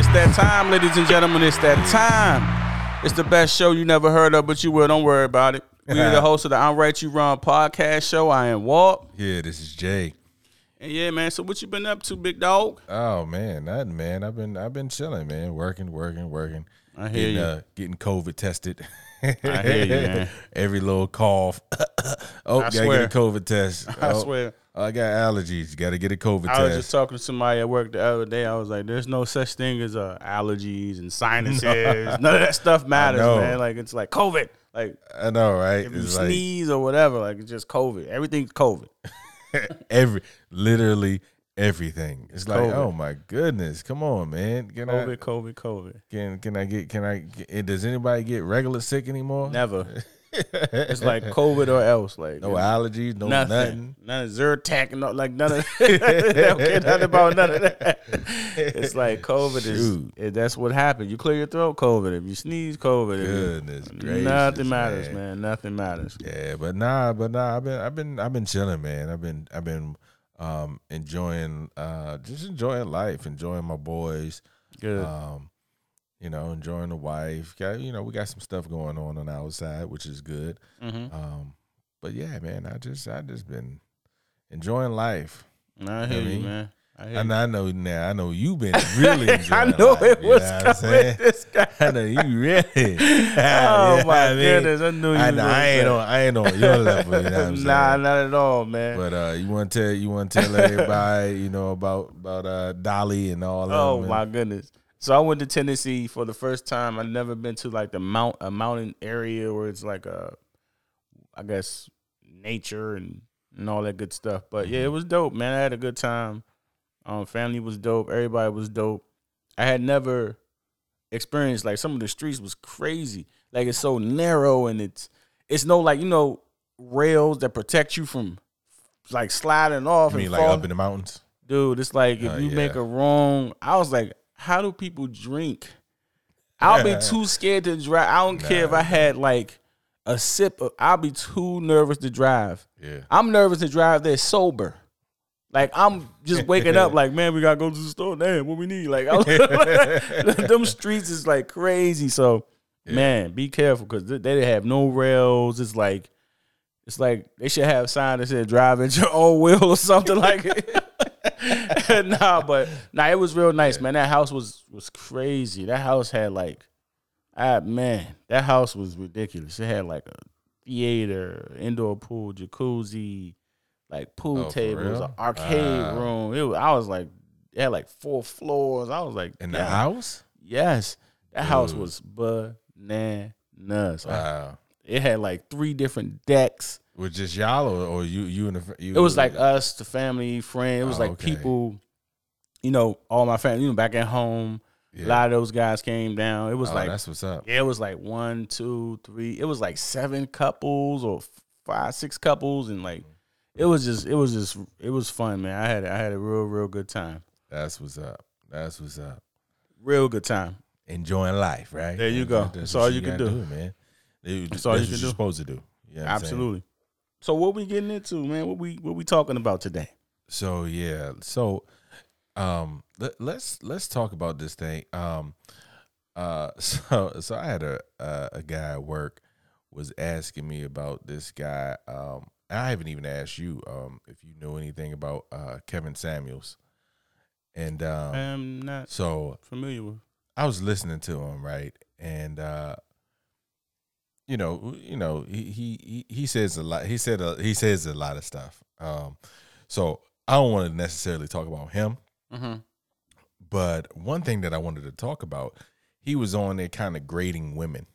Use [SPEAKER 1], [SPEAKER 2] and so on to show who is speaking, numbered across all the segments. [SPEAKER 1] time, ladies and gentlemen. It's that time. It's the best show you never heard of, but you will. Don't worry about it. We're the host of the I'm Right You Wrong podcast show. I am Walt.
[SPEAKER 2] Yeah, this is Jay.
[SPEAKER 1] And yeah, man. So what you been up to, big dog?
[SPEAKER 2] Oh man, nothing, man. I've been I've been chilling, man. Working, working, working.
[SPEAKER 1] I hear
[SPEAKER 2] getting,
[SPEAKER 1] you.
[SPEAKER 2] Uh, getting COVID tested.
[SPEAKER 1] I hear you, man.
[SPEAKER 2] Every little cough. oh,
[SPEAKER 1] I
[SPEAKER 2] gotta
[SPEAKER 1] swear.
[SPEAKER 2] get a COVID test.
[SPEAKER 1] I
[SPEAKER 2] Oh,
[SPEAKER 1] swear.
[SPEAKER 2] I got allergies. Gotta get a COVID
[SPEAKER 1] I was
[SPEAKER 2] test.
[SPEAKER 1] just talking to somebody at work the other day. I was like, "There's no such thing as uh, allergies and sinuses. None of that stuff matters,
[SPEAKER 2] know.
[SPEAKER 1] man. Like it's like COVID. Like
[SPEAKER 2] I know, right?
[SPEAKER 1] if you
[SPEAKER 2] It's like
[SPEAKER 1] sneeze or whatever, like it's just COVID. Everything's COVID.
[SPEAKER 2] every literally everything. It's like,
[SPEAKER 1] COVID.
[SPEAKER 2] oh my goodness. Come on, man. Can
[SPEAKER 1] COVID,
[SPEAKER 2] I
[SPEAKER 1] COVID, COVID.
[SPEAKER 2] can can I get can I get, does anybody get regular sick anymore?
[SPEAKER 1] Never. it's like COVID or else. Like
[SPEAKER 2] No allergies, no
[SPEAKER 1] nothing.
[SPEAKER 2] nothing.
[SPEAKER 1] None of Zyrtec, no, like none of they don't care nothing about none of that. It's like COVID is
[SPEAKER 2] Shoot.
[SPEAKER 1] it, that's what happened. You clear your throat, COVID. If you sneeze, COVID. If you-
[SPEAKER 2] Goodness gracious,
[SPEAKER 1] nothing matters,
[SPEAKER 2] man.
[SPEAKER 1] man. Nothing matters.
[SPEAKER 2] Yeah, but nah, but nah, I've been I've been I've been chilling, man. I've been I've been um enjoying uh just enjoying life, enjoying my boys,
[SPEAKER 1] Good.
[SPEAKER 2] um, you know, enjoying the wife. Got you know, we got some stuff going on on our side, which is good.
[SPEAKER 1] hmm
[SPEAKER 2] Um, but yeah, man, I just I just been enjoying life.
[SPEAKER 1] I hear you,
[SPEAKER 2] mean,
[SPEAKER 1] man. I hear
[SPEAKER 2] And
[SPEAKER 1] you.
[SPEAKER 2] I know now, I know you've been really enjoying
[SPEAKER 1] I know
[SPEAKER 2] life,
[SPEAKER 1] it
[SPEAKER 2] you
[SPEAKER 1] was
[SPEAKER 2] know what
[SPEAKER 1] coming.
[SPEAKER 2] I'm saying?
[SPEAKER 1] This guy.
[SPEAKER 2] I know you really.
[SPEAKER 1] Oh
[SPEAKER 2] Yeah,
[SPEAKER 1] my
[SPEAKER 2] I mean,
[SPEAKER 1] goodness! I knew you.
[SPEAKER 2] I,
[SPEAKER 1] was
[SPEAKER 2] know,
[SPEAKER 1] gonna
[SPEAKER 2] I ain't
[SPEAKER 1] say-
[SPEAKER 2] on I ain't on your level. You know what I'm saying?
[SPEAKER 1] nah, not at all, man.
[SPEAKER 2] But uh, you want to tell you want to tell everybody you know about about uh, Dolly and all that.
[SPEAKER 1] Oh my goodness! So I went to Tennessee for the first time. I've never been to like the mount a mountain area where it's like a, I guess nature and and all that good stuff. But
[SPEAKER 2] Mm-hmm.
[SPEAKER 1] yeah, it was dope, man. I had a good time. Um, family was dope. Everybody was dope. I had never experienced like some of the streets was crazy. Like it's so narrow and it's it's no like you know rails that protect you from like sliding off
[SPEAKER 2] You mean
[SPEAKER 1] and
[SPEAKER 2] like
[SPEAKER 1] falling
[SPEAKER 2] up in the mountains?
[SPEAKER 1] dude. It's like if
[SPEAKER 2] Oh,
[SPEAKER 1] you
[SPEAKER 2] yeah.
[SPEAKER 1] make a wrong, I was like, how do people drink? I'll be too scared to drive. I don't care if I had like a sip. Of, I'll be too nervous to drive.
[SPEAKER 2] Yeah.
[SPEAKER 1] I'm nervous to drive there sober. Like I'm just waking up, like man, we gotta go to the store. Damn, what we need? Like, I was, them streets is like crazy. So, man, be careful because they didn't have no rails. It's like, it's like they should have sign that said "Drive at your own wheel" or something like it. nah, but nah, it was real nice, man. That house was was crazy. That house had like, ah man, that house was ridiculous. It had like a theater, indoor pool, jacuzzi, like pool
[SPEAKER 2] Oh, for
[SPEAKER 1] tables,
[SPEAKER 2] real?
[SPEAKER 1] an arcade
[SPEAKER 2] Wow.
[SPEAKER 1] room. It was, I was like, it had like four floors. I was like,
[SPEAKER 2] In the
[SPEAKER 1] "Damn,
[SPEAKER 2] house?
[SPEAKER 1] yes, that house
[SPEAKER 2] Dude.
[SPEAKER 1] was bananas.
[SPEAKER 2] Wow.
[SPEAKER 1] It had like three different decks.
[SPEAKER 2] With just y'all or, or you you and the fr- you?
[SPEAKER 1] It was like uh, us, the family, friend. It was
[SPEAKER 2] Oh,
[SPEAKER 1] like
[SPEAKER 2] okay.
[SPEAKER 1] people, you know, all my family, you know, back at home.
[SPEAKER 2] yeah.
[SPEAKER 1] A lot of those guys came down. It was
[SPEAKER 2] Oh,
[SPEAKER 1] like
[SPEAKER 2] that's what's up.
[SPEAKER 1] yeah, it was like one, two, three. It was like seven couples or f- five, six couples, and like it was just, it was just, it was fun, man. I had, I had a real, real good time.
[SPEAKER 2] That's what's up. That's what's up.
[SPEAKER 1] Real good time.
[SPEAKER 2] Enjoying life, right?
[SPEAKER 1] There you go. That's all
[SPEAKER 2] what
[SPEAKER 1] you can
[SPEAKER 2] gotta
[SPEAKER 1] do.
[SPEAKER 2] man. Dude,
[SPEAKER 1] That's all you
[SPEAKER 2] what
[SPEAKER 1] can
[SPEAKER 2] you're
[SPEAKER 1] do.
[SPEAKER 2] supposed to do. You know what I'm saying?
[SPEAKER 1] Absolutely. So what we getting into, man? What we, what we talking about today?
[SPEAKER 2] So yeah, so um, let, let's let's talk about this thing. Um, uh, so so I had a a, a guy at work was asking me about this guy. Um, and I haven't even asked you um if you knew anything about uh Kevin Samuels, and um,
[SPEAKER 1] I'm not
[SPEAKER 2] so
[SPEAKER 1] familiar with.
[SPEAKER 2] I was listening to him, right? And uh you know, you know, he he he- he says a lot. He said a, he says a lot of stuff. Um so I don't want to necessarily talk about him,
[SPEAKER 1] Mm-hmm.
[SPEAKER 2] but one thing that I wanted to talk about, he was on there kind of grading women.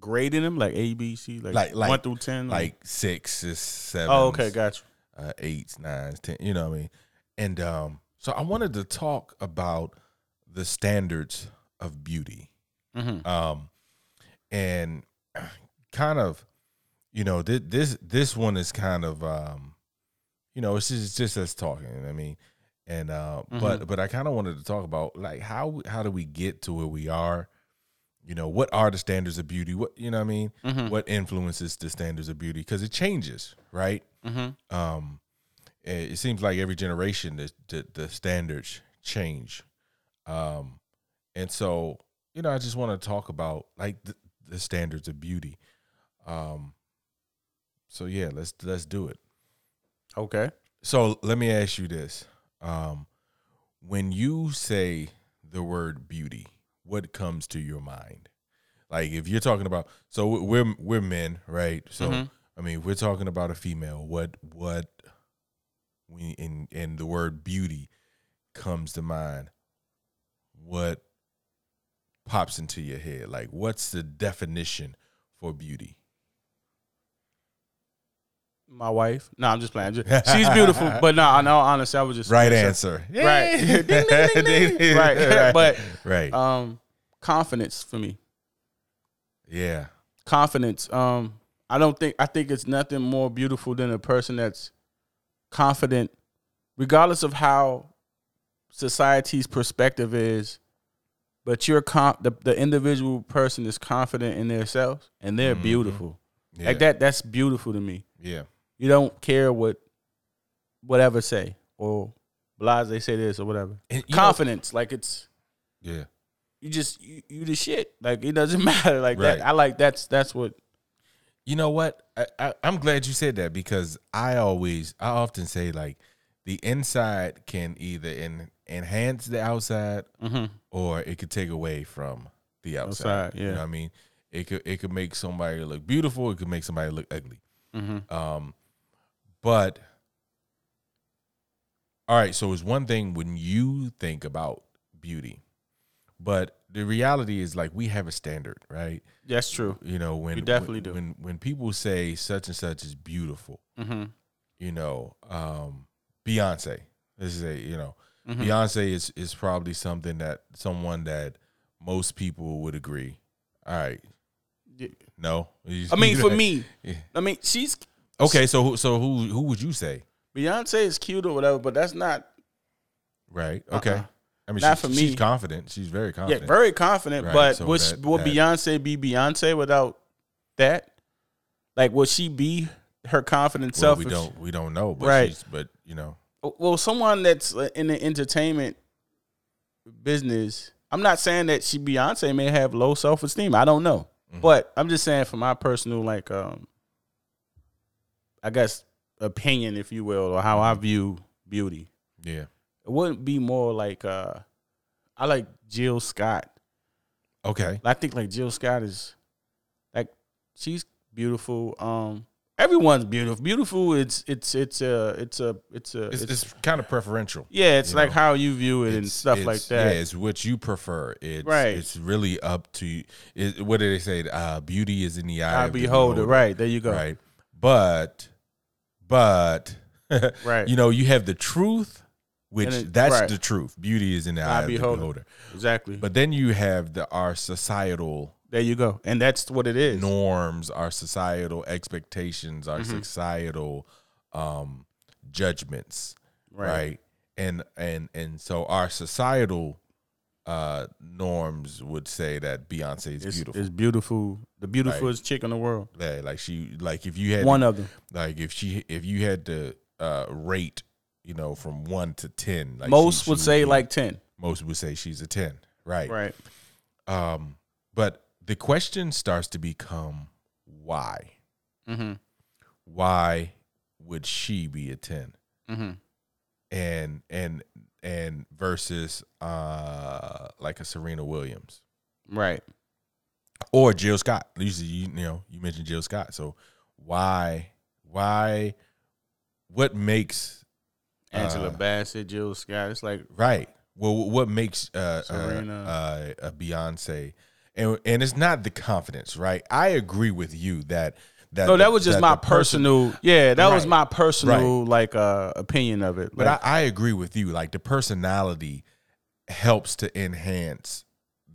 [SPEAKER 1] grading them like A, B, C, like,
[SPEAKER 2] Like- like-
[SPEAKER 1] one through ten,
[SPEAKER 2] Like sixes, sevens,
[SPEAKER 1] Mm. oh, okay, got you.
[SPEAKER 2] uh, eights, nines, ten, you know what I mean? And um so I wanted to talk about the standards of beauty.
[SPEAKER 1] Mm-hmm.
[SPEAKER 2] um, and kind of, you know, thi- this this one is kind of, um, you know, it's just, it's just us talking. you know what I mean, and uh, but but I kind of wanted to talk about like how how do we get to where we are? You know, what are the standards of beauty? What you know, what I mean,
[SPEAKER 1] mm-hmm, Mm.
[SPEAKER 2] what influences the standards of beauty? Because it changes, right?
[SPEAKER 1] Mm-hmm.
[SPEAKER 2] um it it seems like every generation the the, the standards change um And so, you know, I just want to talk about like the, the standards of beauty. Um, so yeah, let's let's do it.
[SPEAKER 1] Okay.
[SPEAKER 2] So let me ask you this: um, when you say the word beauty, what comes to your mind? Like if you're talking about, so we're we're men, right? So
[SPEAKER 1] Mhm.
[SPEAKER 2] I mean, we're talking about a female. What what we and and the word beauty comes to mind. What pops into your head? Like what's the definition for beauty?
[SPEAKER 1] My wife. No, I'm just playing. I'm just- she's beautiful, but no, I know. Honestly, I was just
[SPEAKER 2] Right answer.
[SPEAKER 1] Right.
[SPEAKER 2] Yay.
[SPEAKER 1] Ding, ding, ding, ding. Right. But-
[SPEAKER 2] right.
[SPEAKER 1] Um, confidence for me.
[SPEAKER 2] yeah.
[SPEAKER 1] confidence. Um, I don't think I think it's nothing more beautiful than a person that's confident, regardless of how society's perspective is. But you're com- the, the individual person is confident in themselves, and they're
[SPEAKER 2] Mhm.
[SPEAKER 1] beautiful.
[SPEAKER 2] Yeah.
[SPEAKER 1] Like that, that's beautiful to me.
[SPEAKER 2] Yeah.
[SPEAKER 1] You don't care what whatever say or blase they say this or whatever.
[SPEAKER 2] And you know-
[SPEAKER 1] confidence, like it's
[SPEAKER 2] yeah.
[SPEAKER 1] you just you, you the shit. Like it doesn't matter. Like
[SPEAKER 2] Right.
[SPEAKER 1] that. I like that's that's what
[SPEAKER 2] You know what? I, I, I'm glad you said that because I always, I often say like, the inside can either en- enhance the outside
[SPEAKER 1] mm-hmm.
[SPEAKER 2] or it could take away from the outside.
[SPEAKER 1] Outside,
[SPEAKER 2] You
[SPEAKER 1] yeah.
[SPEAKER 2] know what I mean? It could it could make somebody look beautiful. It could make somebody look ugly.
[SPEAKER 1] Mm-hmm.
[SPEAKER 2] Um, but all right, so it's one thing when you think about beauty, but the reality is like we have a standard, right?
[SPEAKER 1] That's true.
[SPEAKER 2] You know when
[SPEAKER 1] We definitely
[SPEAKER 2] when,
[SPEAKER 1] do.
[SPEAKER 2] when when people say such and such is beautiful,
[SPEAKER 1] Mm-hmm.
[SPEAKER 2] you know, um, Beyonce. This is a you know
[SPEAKER 1] Mhm.
[SPEAKER 2] Beyonce is is probably something that someone that most people would agree. All right,
[SPEAKER 1] Yeah.
[SPEAKER 2] no,
[SPEAKER 1] I mean, for me,
[SPEAKER 2] Yeah.
[SPEAKER 1] I mean, she's
[SPEAKER 2] okay. So who- so who who would you say?
[SPEAKER 1] Beyonce is cute or whatever, but that's not
[SPEAKER 2] Right. Okay.
[SPEAKER 1] Uh-uh.
[SPEAKER 2] I mean,
[SPEAKER 1] Not
[SPEAKER 2] she's,
[SPEAKER 1] for
[SPEAKER 2] she's
[SPEAKER 1] me.
[SPEAKER 2] confident. She's very
[SPEAKER 1] yeah
[SPEAKER 2] confident.
[SPEAKER 1] very confident.
[SPEAKER 2] Right,
[SPEAKER 1] but
[SPEAKER 2] so
[SPEAKER 1] would
[SPEAKER 2] that-
[SPEAKER 1] would
[SPEAKER 2] that-
[SPEAKER 1] Beyonce be Beyonce without that? Like, would she be her confident
[SPEAKER 2] well,
[SPEAKER 1] self?
[SPEAKER 2] we
[SPEAKER 1] if
[SPEAKER 2] don't we don't know, but
[SPEAKER 1] Right.
[SPEAKER 2] she's but you know,
[SPEAKER 1] she- well, someone that's uh, in the entertainment business. I'm not saying that she Beyonce may have low self esteem. I don't know,
[SPEAKER 2] Mhm.
[SPEAKER 1] but I'm just saying for my personal like, um, I guess opinion, if you will, or how I view beauty.
[SPEAKER 2] yeah.
[SPEAKER 1] it wouldn't be more like uh I like Jill Scott.
[SPEAKER 2] Okay.
[SPEAKER 1] I think like Jill Scott is like she's beautiful. Um everyone's beautiful. Beautiful it's it's it's a it's a it's a
[SPEAKER 2] It's,
[SPEAKER 1] it's,
[SPEAKER 2] it's, kind of preferential.
[SPEAKER 1] yeah, it's
[SPEAKER 2] you
[SPEAKER 1] like
[SPEAKER 2] know,
[SPEAKER 1] how you view it and
[SPEAKER 2] It's-
[SPEAKER 1] stuff
[SPEAKER 2] it's-
[SPEAKER 1] like that.
[SPEAKER 2] Yeah, it's what you prefer. It's
[SPEAKER 1] Right.
[SPEAKER 2] It's really up to you. It, what do they say? Uh, beauty is in the eye.
[SPEAKER 1] I
[SPEAKER 2] of the
[SPEAKER 1] behold it.
[SPEAKER 2] beholder.
[SPEAKER 1] Right, there you go. Right.
[SPEAKER 2] Right. But, but, you know, you have the truth, which
[SPEAKER 1] And it-
[SPEAKER 2] that's
[SPEAKER 1] right.
[SPEAKER 2] the truth. Beauty is in the
[SPEAKER 1] Eye
[SPEAKER 2] eye of
[SPEAKER 1] beholder.
[SPEAKER 2] the beholder.
[SPEAKER 1] exactly. But
[SPEAKER 2] But then you have the our societal
[SPEAKER 1] there you go. And that's what it is.
[SPEAKER 2] norms, our societal expectations, our
[SPEAKER 1] Mm-hmm.
[SPEAKER 2] societal um, judgments, right. And and and so our societal uh, norms would say that Beyonce is
[SPEAKER 1] It's beautiful.
[SPEAKER 2] beautiful.
[SPEAKER 1] It's beautiful. The beautifulest chick in the world.
[SPEAKER 2] Yeah, like she, like if you had
[SPEAKER 1] One of them.
[SPEAKER 2] like if she, if you had to uh, rate, you know, from one to ten, like
[SPEAKER 1] Most
[SPEAKER 2] she-
[SPEAKER 1] would
[SPEAKER 2] she
[SPEAKER 1] say
[SPEAKER 2] be-
[SPEAKER 1] like 10.
[SPEAKER 2] most would say she's a ten, right?
[SPEAKER 1] Right.
[SPEAKER 2] Um, but the question starts to become why.
[SPEAKER 1] Mhm.
[SPEAKER 2] why would she be a 10
[SPEAKER 1] Mhm.
[SPEAKER 2] and and and versus uh like a serena williams
[SPEAKER 1] Right.
[SPEAKER 2] or jill scott usually you, you know you mentioned jill scott so why why what makes
[SPEAKER 1] Angela
[SPEAKER 2] Uh,
[SPEAKER 1] Bassett, Jill Scott. It's like
[SPEAKER 2] right well what makes uh,
[SPEAKER 1] Serena.
[SPEAKER 2] uh, uh a beyonce and and it's not the confidence right i agree with you that that
[SPEAKER 1] No, that was just
[SPEAKER 2] that
[SPEAKER 1] my
[SPEAKER 2] the person-
[SPEAKER 1] personal. yeah, that was
[SPEAKER 2] Right.
[SPEAKER 1] my personal like uh opinion of it.
[SPEAKER 2] But
[SPEAKER 1] Like,
[SPEAKER 2] I, I agree with you. Like the personality helps to enhance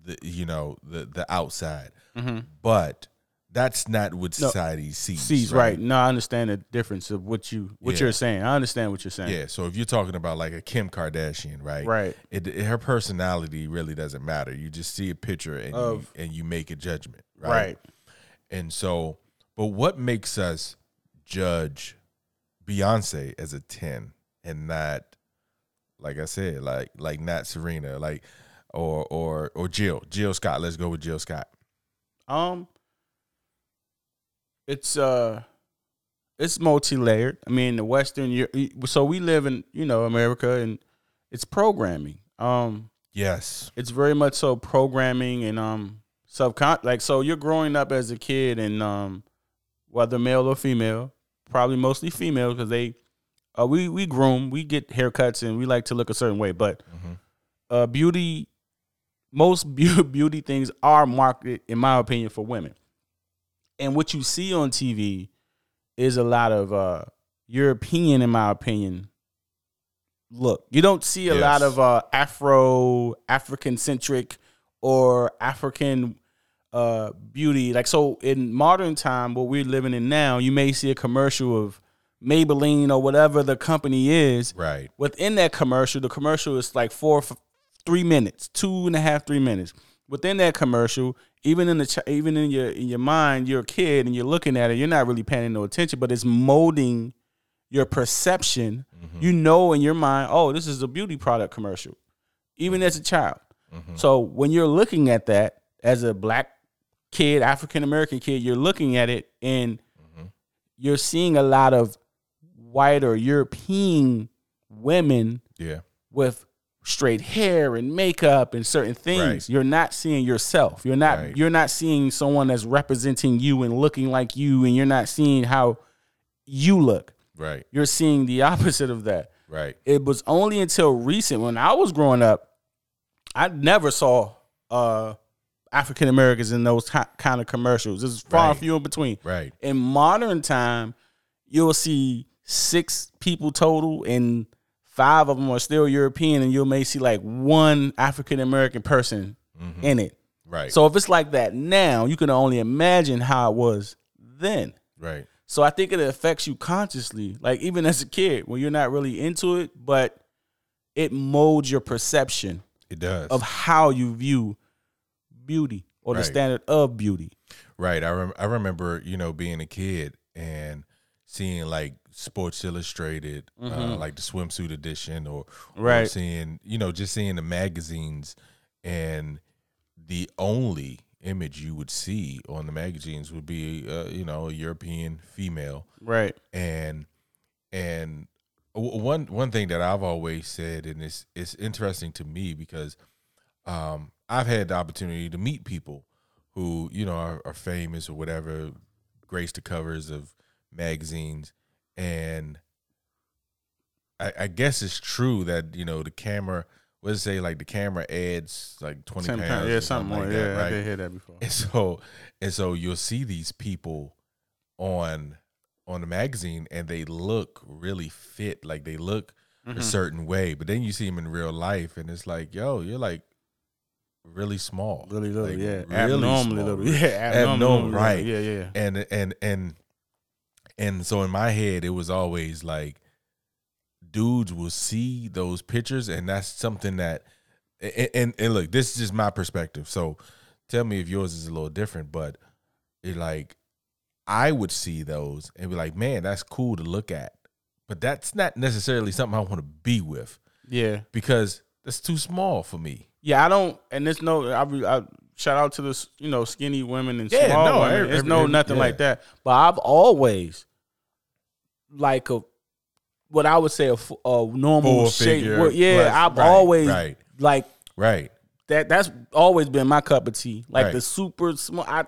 [SPEAKER 2] the you know the the outside,
[SPEAKER 1] Mhm.
[SPEAKER 2] but that's not what
[SPEAKER 1] No.
[SPEAKER 2] society sees.
[SPEAKER 1] sees right. No, I understand the difference of what you what
[SPEAKER 2] Yeah.
[SPEAKER 1] you're saying. I understand what you're saying.
[SPEAKER 2] Yeah. So if you're talking about like a Kim Kardashian, right?
[SPEAKER 1] Right.
[SPEAKER 2] It, it- her personality really doesn't matter. You just see a picture and you,
[SPEAKER 1] Of-
[SPEAKER 2] and you make a judgment,
[SPEAKER 1] Right.
[SPEAKER 2] right? And so, but what makes us judge Beyonce as a 10 and not, like I said, like like not Serena? Like or or or Jill Jill Scott. Let's go with Jill Scott.
[SPEAKER 1] Um, it's uh, it's multi-layered. I mean, the Western. Eu- So we live in you know America, and it's programming. Um,
[SPEAKER 2] Yes.
[SPEAKER 1] it's very much so programming and um subcon like so you're growing up as a kid and um whether male or female, probably mostly female because they uh, we we groom, we get haircuts, and we like to look a certain way, but
[SPEAKER 2] Mhm.
[SPEAKER 1] uh, beauty most beau- beauty things are marketed in my opinion for women and what you see on tv is a lot of uh, european in my opinion look you don't see a lot
[SPEAKER 2] Yes.
[SPEAKER 1] of uh, afro african centric or african uh, beauty like so in modern time what we're living in now you may see a commercial of maybelline or whatever the company is
[SPEAKER 2] Right.
[SPEAKER 1] within that commercial, the commercial is like four, f- three minutes, two and a half, three minutes. Within that commercial, even in the ch- even in your in your mind, you're a kid and you're looking at it. You're not really paying no attention, but it's molding your perception. You know in your mind, oh, this is a beauty product commercial, even as a child.
[SPEAKER 2] Mm-hmm. Mm.
[SPEAKER 1] So when you're looking at that as a black kid, African American kid, you're looking at it and
[SPEAKER 2] Mm-hmm.
[SPEAKER 1] you're seeing a lot of white or European women
[SPEAKER 2] Yeah.
[SPEAKER 1] with straight hair and makeup and certain things
[SPEAKER 2] Right.
[SPEAKER 1] you're not seeing yourself you're not
[SPEAKER 2] Right.
[SPEAKER 1] you're not seeing someone that's representing you and looking like you and you're not seeing how you look
[SPEAKER 2] Right.
[SPEAKER 1] you're seeing the opposite of that
[SPEAKER 2] Right.
[SPEAKER 1] it was only until recent when i was growing up i never saw uh african americans in those ki- kind of commercials it's far and
[SPEAKER 2] Right.
[SPEAKER 1] few in between
[SPEAKER 2] Right.
[SPEAKER 1] in modern time, you'll see six people total, and five of them are still European, and you may see like one African American person
[SPEAKER 2] Mhm.
[SPEAKER 1] in it.
[SPEAKER 2] Right.
[SPEAKER 1] So if it's like that now, you can only imagine how it was then.
[SPEAKER 2] right.
[SPEAKER 1] So I think it affects you consciously, like even as a kid, when you're not really into it, but it molds your perception
[SPEAKER 2] It does.
[SPEAKER 1] of how you view beauty or the
[SPEAKER 2] Right.
[SPEAKER 1] standard of beauty.
[SPEAKER 2] Right. I rem- I remember, you know, being a kid and seeing like Sports Illustrated, uh, like the swimsuit edition, or, or
[SPEAKER 1] Right.
[SPEAKER 2] seeing, you know, just seeing the magazines and the only image you would see on the magazines would be, uh, you know, a European female
[SPEAKER 1] Right.
[SPEAKER 2] and and w- one one thing that I've always said, and it's it's interesting to me because um, I've had the opportunity to meet people who you know are, are famous or whatever, grace the covers of magazines, and I, I guess it's true that you know the camera. What does it say? Like the camera adds like twenty
[SPEAKER 1] Ten
[SPEAKER 2] pounds,
[SPEAKER 1] pounds.
[SPEAKER 2] or
[SPEAKER 1] Yeah, something like that. Yeah, I
[SPEAKER 2] right?
[SPEAKER 1] did hear that before.
[SPEAKER 2] and so and so you'll see these people on on the magazine and they look really fit like they look
[SPEAKER 1] Mm-hmm.
[SPEAKER 2] a certain way but then you see them in real life and it's like yo you're like really small
[SPEAKER 1] Really little,
[SPEAKER 2] Like,
[SPEAKER 1] yeah.
[SPEAKER 2] really
[SPEAKER 1] abnormally
[SPEAKER 2] small.
[SPEAKER 1] little, yeah.
[SPEAKER 2] Abnormal,
[SPEAKER 1] Abnormally, little,
[SPEAKER 2] right.
[SPEAKER 1] Yeah, yeah.
[SPEAKER 2] and and and and so in my head it was always like dudes will see those pictures and that's something that and and, and look this is just my perspective so tell me if yours is a little different but it like i would see those and be like man that's cool to look at but that's not necessarily something i want to be with
[SPEAKER 1] Yeah,
[SPEAKER 2] because that's too small for me
[SPEAKER 1] yeah. I don't, and there's no. I, re- I shout out to this, you know, skinny women and
[SPEAKER 2] Yeah,
[SPEAKER 1] small
[SPEAKER 2] no,
[SPEAKER 1] women.
[SPEAKER 2] every-
[SPEAKER 1] There's no
[SPEAKER 2] every-
[SPEAKER 1] nothing
[SPEAKER 2] yeah.
[SPEAKER 1] like that. But I've always like a what I would say a, f- a normal
[SPEAKER 2] Full
[SPEAKER 1] shape.
[SPEAKER 2] figure
[SPEAKER 1] Well, yeah,
[SPEAKER 2] plus,
[SPEAKER 1] I've
[SPEAKER 2] right,
[SPEAKER 1] always
[SPEAKER 2] right.
[SPEAKER 1] like
[SPEAKER 2] right
[SPEAKER 1] that. That's always been my cup of tea. Like
[SPEAKER 2] Right.
[SPEAKER 1] the super small. I,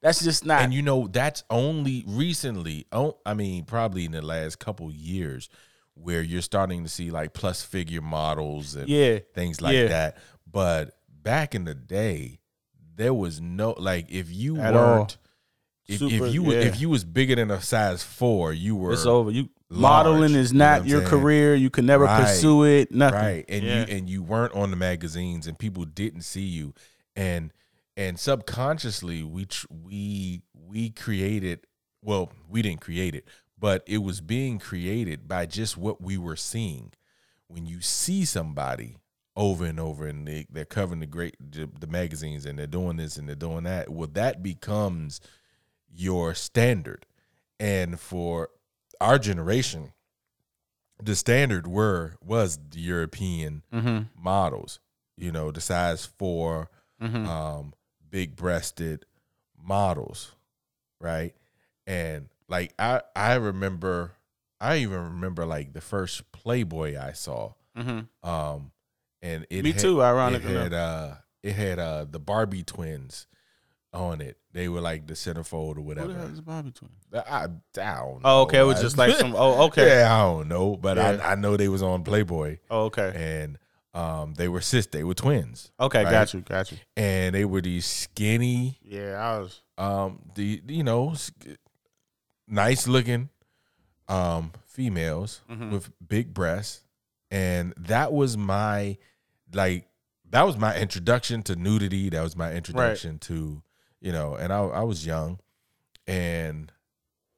[SPEAKER 1] that's just not.
[SPEAKER 2] and you know that's only recently oh, i mean probably in the last couple years where you're starting to see like plus figure models and
[SPEAKER 1] yeah,
[SPEAKER 2] things like
[SPEAKER 1] Yeah.
[SPEAKER 2] that but back in the day there was no like if you
[SPEAKER 1] At all.
[SPEAKER 2] weren't if,
[SPEAKER 1] Super-
[SPEAKER 2] if you were
[SPEAKER 1] yeah.
[SPEAKER 2] if you was bigger than a size four you were
[SPEAKER 1] it's over. You
[SPEAKER 2] large,
[SPEAKER 1] modeling is
[SPEAKER 2] you know what
[SPEAKER 1] not
[SPEAKER 2] I'm
[SPEAKER 1] your
[SPEAKER 2] saying?
[SPEAKER 1] career. You can never
[SPEAKER 2] Right.
[SPEAKER 1] pursue it. Nothing.
[SPEAKER 2] right and
[SPEAKER 1] Yeah.
[SPEAKER 2] you and you weren't on the magazines and people didn't see you and and subconsciously we tr- we we created well we didn't create it but it was being created by just what we were seeing when you see somebody over and over and they, they're covering the great the, the magazines and they're doing this and they're doing that well that becomes your standard and for our generation the standard were was the European
[SPEAKER 1] Mm-hmm.
[SPEAKER 2] models. you know, the size 4
[SPEAKER 3] Mhm.
[SPEAKER 2] um, big breasted models, right? And like I I remember I even remember like the first Playboy I saw.
[SPEAKER 3] Mhm.
[SPEAKER 2] Um and it
[SPEAKER 1] mm-hmm. Me
[SPEAKER 2] had-
[SPEAKER 1] too, ironically
[SPEAKER 2] It
[SPEAKER 1] enough.
[SPEAKER 2] had uh it had uh the Barbie twins on it. They were like the centerfold or
[SPEAKER 1] Who the hell
[SPEAKER 2] whatever.
[SPEAKER 1] is Bobby Twin?
[SPEAKER 2] I, I don't
[SPEAKER 3] Oh, okay. It
[SPEAKER 2] know.
[SPEAKER 3] was
[SPEAKER 2] I-
[SPEAKER 3] just like some. Oh, okay.
[SPEAKER 2] Yeah, I don't know, but
[SPEAKER 3] Yeah.
[SPEAKER 2] I, I know they was on Playboy
[SPEAKER 3] Oh, okay.
[SPEAKER 2] and um they were sis, they were twins.
[SPEAKER 3] Okay.
[SPEAKER 2] Right.
[SPEAKER 3] Got you. Got you.
[SPEAKER 2] And they were these skinny
[SPEAKER 3] Yeah, I was.
[SPEAKER 2] um the you know s- nice looking um females
[SPEAKER 3] Mhm.
[SPEAKER 1] mm-hmm.
[SPEAKER 2] with big breasts and that was my like that was my introduction to nudity that was my introduction to you know and I I was young and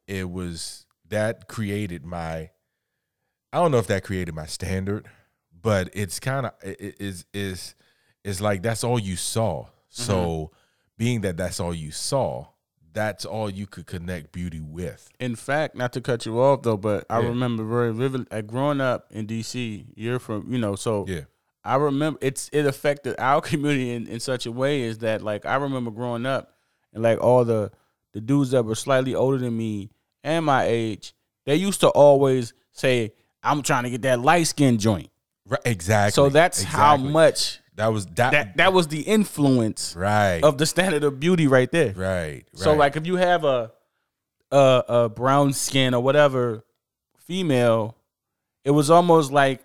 [SPEAKER 2] it was that created my I don't know if that created my standard but it's kind of it is is it's like that's all you saw
[SPEAKER 1] Mm-hmm.
[SPEAKER 2] so being that that's all you saw, that's all you could connect beauty with.
[SPEAKER 1] In fact, not to cut you off though, but I
[SPEAKER 2] Yeah.
[SPEAKER 1] remember very vividly like, growing up in DC. You're from, you know, so
[SPEAKER 2] Yeah.
[SPEAKER 1] I remember it's it affected our community in, in such a way is that like I remember growing up and like all the the dudes that were slightly older than me and my age, they used to always say, "I'm trying to get that light skin joint."
[SPEAKER 2] Right, exactly.
[SPEAKER 1] So that's how
[SPEAKER 2] exactly.
[SPEAKER 1] much
[SPEAKER 2] that was that,
[SPEAKER 1] that that was the influence
[SPEAKER 2] right,
[SPEAKER 1] of the standard of beauty right there.
[SPEAKER 2] right, right.
[SPEAKER 1] So like if you have a a, a brown skin or whatever female, it was almost like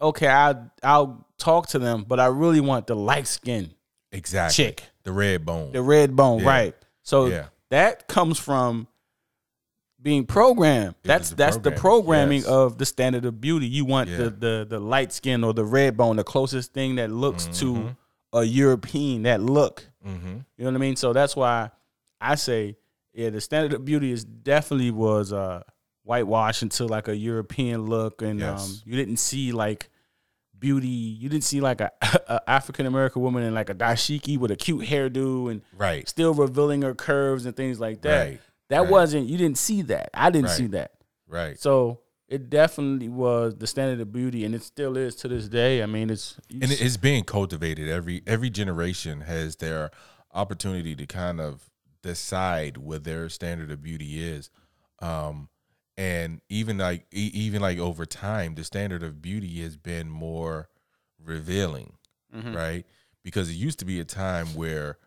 [SPEAKER 1] okay, I I'll talk to them, but I really want the light skin
[SPEAKER 2] exactly
[SPEAKER 1] chick,
[SPEAKER 2] the red bone.
[SPEAKER 1] the red bone,
[SPEAKER 2] Yeah.
[SPEAKER 1] right? So
[SPEAKER 2] yeah,
[SPEAKER 1] that comes from being programmed.
[SPEAKER 2] It
[SPEAKER 1] that's
[SPEAKER 2] was the
[SPEAKER 1] that's the
[SPEAKER 2] program,
[SPEAKER 1] programming
[SPEAKER 2] yes.
[SPEAKER 1] of the standard of beauty. You want
[SPEAKER 2] Yeah.
[SPEAKER 1] the, the the light skin or the red bone, the closest thing that looks to a European that look.
[SPEAKER 2] mm-hmm.
[SPEAKER 1] You know what I mean? So that's why I say, yeah, the standard of beauty is definitely was uh whitewashed into like a European look, and um,
[SPEAKER 2] Yes.
[SPEAKER 1] you didn't see like beauty. You didn't see like a, a African American woman in like a dashiki with a cute hairdo and
[SPEAKER 2] right,
[SPEAKER 1] still revealing her curves and things like that.
[SPEAKER 2] Right,
[SPEAKER 1] That
[SPEAKER 2] right.
[SPEAKER 1] wasn't you didn't see that. I didn't see
[SPEAKER 2] Right.
[SPEAKER 1] that.
[SPEAKER 2] right.
[SPEAKER 1] So it definitely was the standard of beauty, and it still is to this day. I mean, it's,
[SPEAKER 2] and it- it's being cultivated. Every every generation has their opportunity to kind of decide what their standard of beauty is, um, and even like e- even like over time, the standard of beauty has been more revealing,
[SPEAKER 1] Mm-hmm.
[SPEAKER 2] right? Because it used to be a time where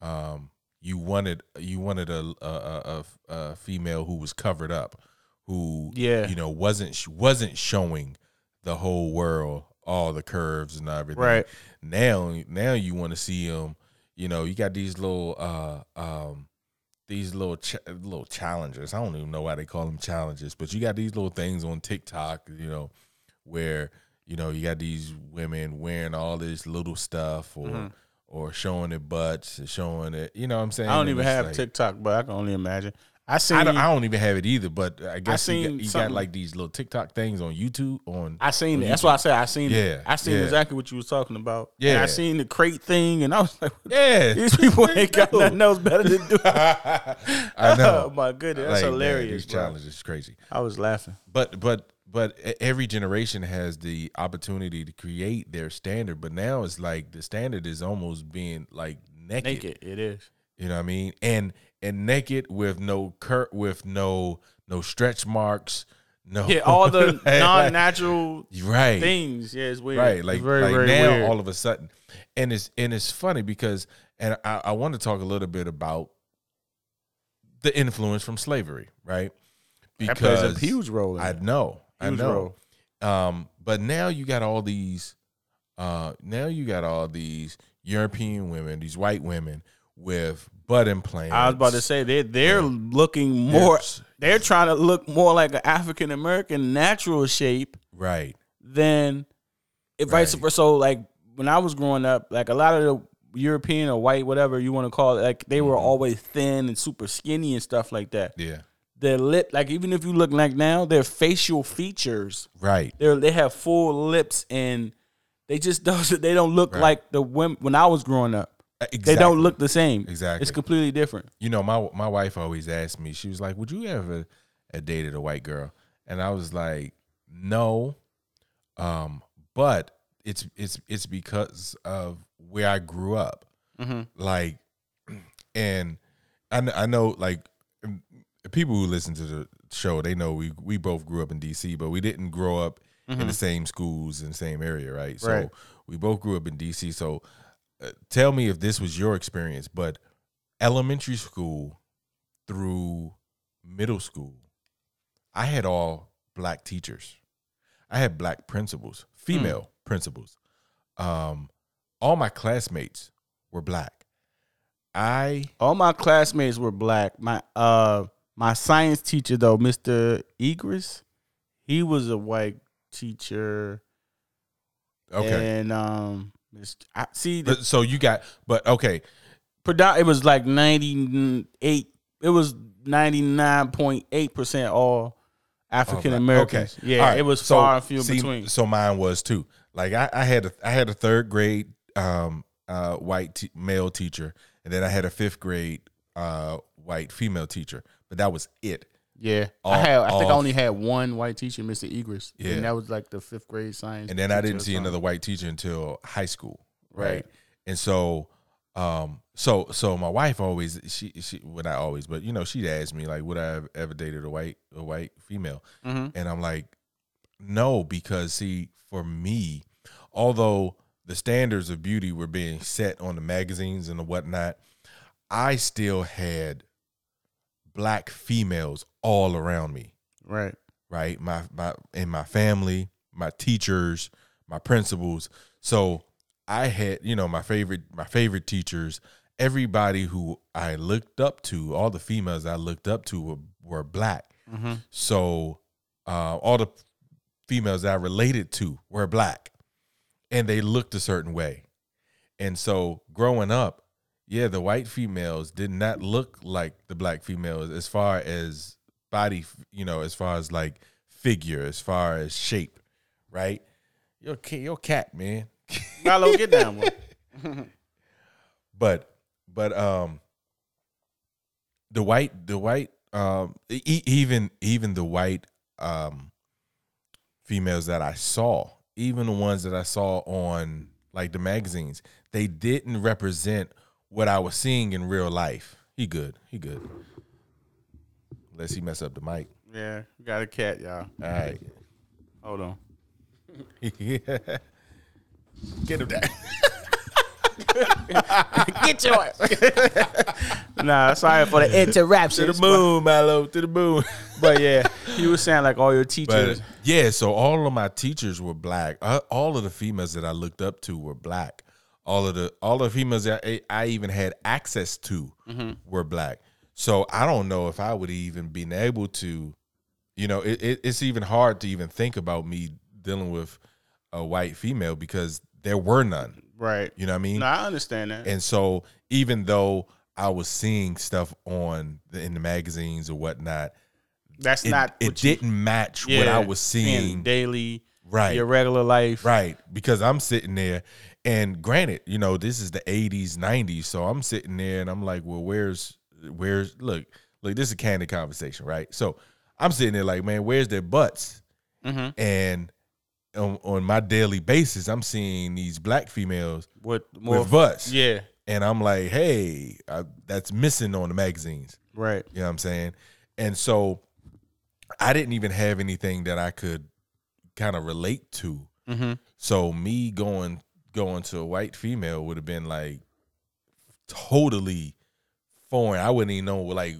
[SPEAKER 2] um, you wanted you wanted a a, a a a female who was covered up, who
[SPEAKER 1] Yeah.
[SPEAKER 2] you know wasn't sh- wasn't showing the whole world all the curves and everything.
[SPEAKER 1] Right.
[SPEAKER 2] now, now you want to see them. You know, you got these little uh um these little ch- little challenges. I don't even know why they call them challenges, but you got these little things on TikTok. You know, where you know you got these women wearing all this little stuff or
[SPEAKER 1] Mm-hmm.
[SPEAKER 2] or showing their butts and showing it. You know what I'm saying?
[SPEAKER 1] I don't
[SPEAKER 2] And
[SPEAKER 1] even
[SPEAKER 2] it's
[SPEAKER 1] have
[SPEAKER 2] like-
[SPEAKER 1] TikTok, but I can only imagine. I seen
[SPEAKER 2] I don't, I don't even have it either, but I guess you,
[SPEAKER 1] seen
[SPEAKER 2] got, you got
[SPEAKER 1] something-
[SPEAKER 2] like these little TikTok things on YouTube. On
[SPEAKER 1] I seen
[SPEAKER 2] on
[SPEAKER 1] it. That's
[SPEAKER 2] YouTube.
[SPEAKER 1] why I said I seen it.
[SPEAKER 2] Yeah,
[SPEAKER 1] I seen
[SPEAKER 2] yeah.
[SPEAKER 1] exactly what you was talking about. Yeah. I
[SPEAKER 2] Yeah.
[SPEAKER 1] seen the crate thing, and I was like,
[SPEAKER 2] Yeah,
[SPEAKER 1] these people ain't got nothing else better to do.
[SPEAKER 2] I know.
[SPEAKER 1] oh my goodness, that's
[SPEAKER 2] Like, man,
[SPEAKER 1] hilarious.
[SPEAKER 2] these
[SPEAKER 1] bro.
[SPEAKER 2] challenges is crazy.
[SPEAKER 1] I was laughing.
[SPEAKER 2] But but but e- every generation has the opportunity to create their standard. But now it's like the standard is almost being like naked.
[SPEAKER 1] Naked, it is.
[SPEAKER 2] You know what I mean? And and naked with no cur with no no stretch marks. No,
[SPEAKER 1] Yeah, all the
[SPEAKER 2] like- like-
[SPEAKER 1] non-natural
[SPEAKER 2] right
[SPEAKER 1] things. Yeah, it's weird.
[SPEAKER 2] right
[SPEAKER 1] It's
[SPEAKER 2] like,
[SPEAKER 1] very,
[SPEAKER 2] like
[SPEAKER 1] very
[SPEAKER 2] now
[SPEAKER 1] weird.
[SPEAKER 2] all of a sudden and it's and it's funny because and i, I want to talk a little bit about the influence from slavery right
[SPEAKER 1] that plays a huge role. In
[SPEAKER 2] i
[SPEAKER 1] it.
[SPEAKER 2] know i
[SPEAKER 1] Huge
[SPEAKER 2] know um but now you got all these uh now you got all these european women these white women with butt implants
[SPEAKER 1] I was about to say they they're looking more.
[SPEAKER 2] Yes.
[SPEAKER 1] They're trying to look more like an African American natural shape
[SPEAKER 2] right
[SPEAKER 1] than if vice
[SPEAKER 2] Right.
[SPEAKER 1] versa. So like when I was growing up, like a lot of the European or white, whatever you want to call it, like they were
[SPEAKER 2] Mm-hmm.
[SPEAKER 1] always thin and super skinny and stuff like that.
[SPEAKER 2] yeah
[SPEAKER 1] Their lip, like even if you look like now, their facial features,
[SPEAKER 2] right
[SPEAKER 1] they they have full lips and they just don't they don't look
[SPEAKER 2] Right.
[SPEAKER 1] like the women when I was growing up.
[SPEAKER 2] exactly.
[SPEAKER 1] They don't look the same.
[SPEAKER 2] Exactly.
[SPEAKER 1] it's completely different.
[SPEAKER 2] you know, my my wife always asked me, she was like, Would you ever uh, dated a white girl? And I was like, No. Um, but it's it's it's because of where I grew up. Like, and I kn- I know like m- people who listen to the show they know we we both grew up in D.C. but we didn't grow up in the same schools in the same area, right? So
[SPEAKER 3] Right.
[SPEAKER 2] we both grew up in D.C. So uh, tell me if this was your experience, but elementary school through middle school, I had all black teachers. I had black principals,
[SPEAKER 1] Hmm.
[SPEAKER 2] female principals. Um, all my classmates were black. I
[SPEAKER 1] All my classmates were black. My uh my science teacher though, Mr. Egris, he was a white teacher.
[SPEAKER 2] okay.
[SPEAKER 1] And um Miss- I see the
[SPEAKER 2] But- so you got, but okay,
[SPEAKER 1] predom- it was like 98 it was 99.8% all African Americans.
[SPEAKER 2] Okay.
[SPEAKER 1] Yeah,
[SPEAKER 2] All right.
[SPEAKER 1] it was
[SPEAKER 2] So,
[SPEAKER 1] far and few
[SPEAKER 2] see,
[SPEAKER 1] between.
[SPEAKER 2] So mine was too. Like I, I had a, I had a third grade um, uh, white te- male teacher, and then I had a fifth grade uh, white female teacher. But that was it.
[SPEAKER 1] Yeah.
[SPEAKER 2] All-
[SPEAKER 1] I had I think I
[SPEAKER 2] all-
[SPEAKER 1] only had one white teacher, Mr. Egris.
[SPEAKER 2] Yeah.
[SPEAKER 1] And that was like the 5th grade science.
[SPEAKER 2] And then I
[SPEAKER 1] teacher or
[SPEAKER 2] didn't see
[SPEAKER 1] something.
[SPEAKER 2] another white teacher until high school.
[SPEAKER 1] Right.
[SPEAKER 2] And so, um, so so my wife always she she well not always, but you know she'd ask me like, would I have ever dated a white a white female?
[SPEAKER 1] Mhm.
[SPEAKER 2] And I'm like, no, because see, for me, although the standards of beauty were being set on the magazines and the whatnot, I still had black females all around me
[SPEAKER 1] Right.
[SPEAKER 2] right? My my in my family, my teachers, my principals. So I had, you know, my favorite my favorite teachers, everybody who I looked up to, all the females I looked up to were, were black.
[SPEAKER 1] Mhm.
[SPEAKER 2] So uh, all the females I related to were black and they looked a certain way. And so growing up, yeah, the white females did not look like the black females as far as body, you know, as far as like figure, as far as shape, right? Your cat, your cat, man.
[SPEAKER 1] Follow get down one.
[SPEAKER 2] But but um, the white the white um e- even even the white um females that I saw, even the ones that I saw on like the magazines, they didn't represent what I was seeing in real life. He good, he good. Unless he mess up the mic.
[SPEAKER 1] Yeah, we got a cat, y'all.
[SPEAKER 2] All right.
[SPEAKER 1] Hold on.
[SPEAKER 2] Get him down.
[SPEAKER 1] Get your Nah, sorry for the interruption.
[SPEAKER 2] to the moon, Milo. To the moon.
[SPEAKER 1] But yeah, you were saying like all your teachers.
[SPEAKER 2] But yeah, so all of my teachers were black. Uh, all of the females that I looked up to were black. All of the all of the females that I, I even had access to
[SPEAKER 1] Mm-hmm.
[SPEAKER 2] were black. So I don't know if I would even been able to, you know, it, it, it's even hard to even think about me dealing with a white female because there were none.
[SPEAKER 1] right.
[SPEAKER 2] You know what I mean?
[SPEAKER 1] No, I understand that.
[SPEAKER 2] And so even though I was seeing stuff on the, in the magazines or whatnot,
[SPEAKER 1] That's
[SPEAKER 2] it,
[SPEAKER 1] not
[SPEAKER 2] it
[SPEAKER 1] what you-
[SPEAKER 2] didn't match what I
[SPEAKER 1] Yeah,
[SPEAKER 2] was
[SPEAKER 1] in
[SPEAKER 2] seeing.
[SPEAKER 1] daily,
[SPEAKER 2] Right.
[SPEAKER 1] your regular life.
[SPEAKER 2] Right. Because I'm sitting there and granted, you know, this is the 80s, 90s. So I'm sitting there and I'm like, well, where's, where's, look, look, this is a candid conversation, right? So I'm sitting there like, man, where's their butts?
[SPEAKER 1] Mhm.
[SPEAKER 2] And on, on my daily basis, I'm seeing these black females
[SPEAKER 1] With more.
[SPEAKER 2] with butts.
[SPEAKER 1] yeah.
[SPEAKER 2] And I'm like, hey, I, that's missing on the magazines.
[SPEAKER 1] Right.
[SPEAKER 2] You know what I'm saying? And so I didn't even have anything that I could kind of relate to.
[SPEAKER 1] Mhm.
[SPEAKER 2] So me going going to a white female would have been like totally foreign. I wouldn't even know like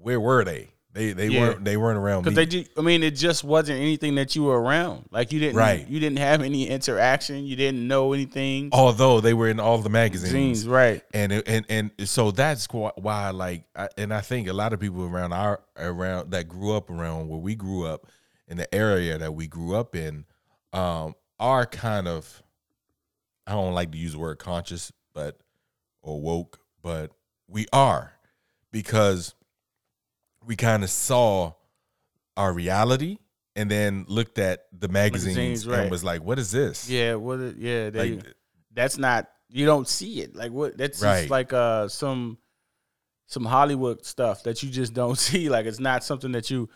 [SPEAKER 2] where were they? They they
[SPEAKER 1] Yeah.
[SPEAKER 2] weren't they weren't around me.
[SPEAKER 1] Because they, ju- I mean, it just wasn't anything that you were around. Like you didn't,
[SPEAKER 2] Right.
[SPEAKER 1] You didn't have any interaction. You didn't know anything.
[SPEAKER 2] Although they were in all the magazines.
[SPEAKER 1] Jeans, right?
[SPEAKER 2] and it- and and so that's qu- why like I, and I think a lot of people around our around that grew up around where we grew up in the area that we grew up in um are kind of I don't like to use the word conscious but or woke but we are because we kind of saw our reality and then looked at the magazines,
[SPEAKER 1] Magazines, right.
[SPEAKER 2] and was like what is this
[SPEAKER 1] Yeah. What? it- Yeah. They,
[SPEAKER 2] like
[SPEAKER 1] that's not you don't see it like what that's
[SPEAKER 2] Right.
[SPEAKER 1] just like uh some some hollywood stuff that you just don't see like it's not something that you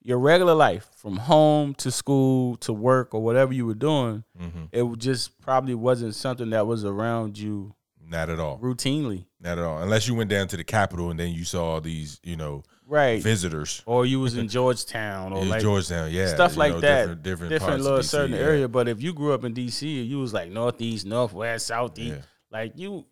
[SPEAKER 1] your regular life from home to school to work or whatever you were doing,
[SPEAKER 2] hmm
[SPEAKER 1] it w- just probably wasn't something that was around you
[SPEAKER 2] Not at all.
[SPEAKER 1] routinely.
[SPEAKER 2] Not at all. Unless you went down to the Capitol and then you saw these, you know,
[SPEAKER 1] Right.
[SPEAKER 2] visitors
[SPEAKER 1] or you was in Georgetown or
[SPEAKER 2] in
[SPEAKER 1] Oh, like
[SPEAKER 2] Georgetown. Yeah,
[SPEAKER 1] stuff
[SPEAKER 2] you
[SPEAKER 1] like
[SPEAKER 2] know,
[SPEAKER 1] that.
[SPEAKER 2] Different, different, parts
[SPEAKER 1] different
[SPEAKER 2] of
[SPEAKER 1] little
[SPEAKER 2] DC,
[SPEAKER 1] certain
[SPEAKER 2] yeah.
[SPEAKER 1] area. But if you grew up in DC, you was like northeast, northwest, southeast.
[SPEAKER 2] Yeah.
[SPEAKER 1] Like you,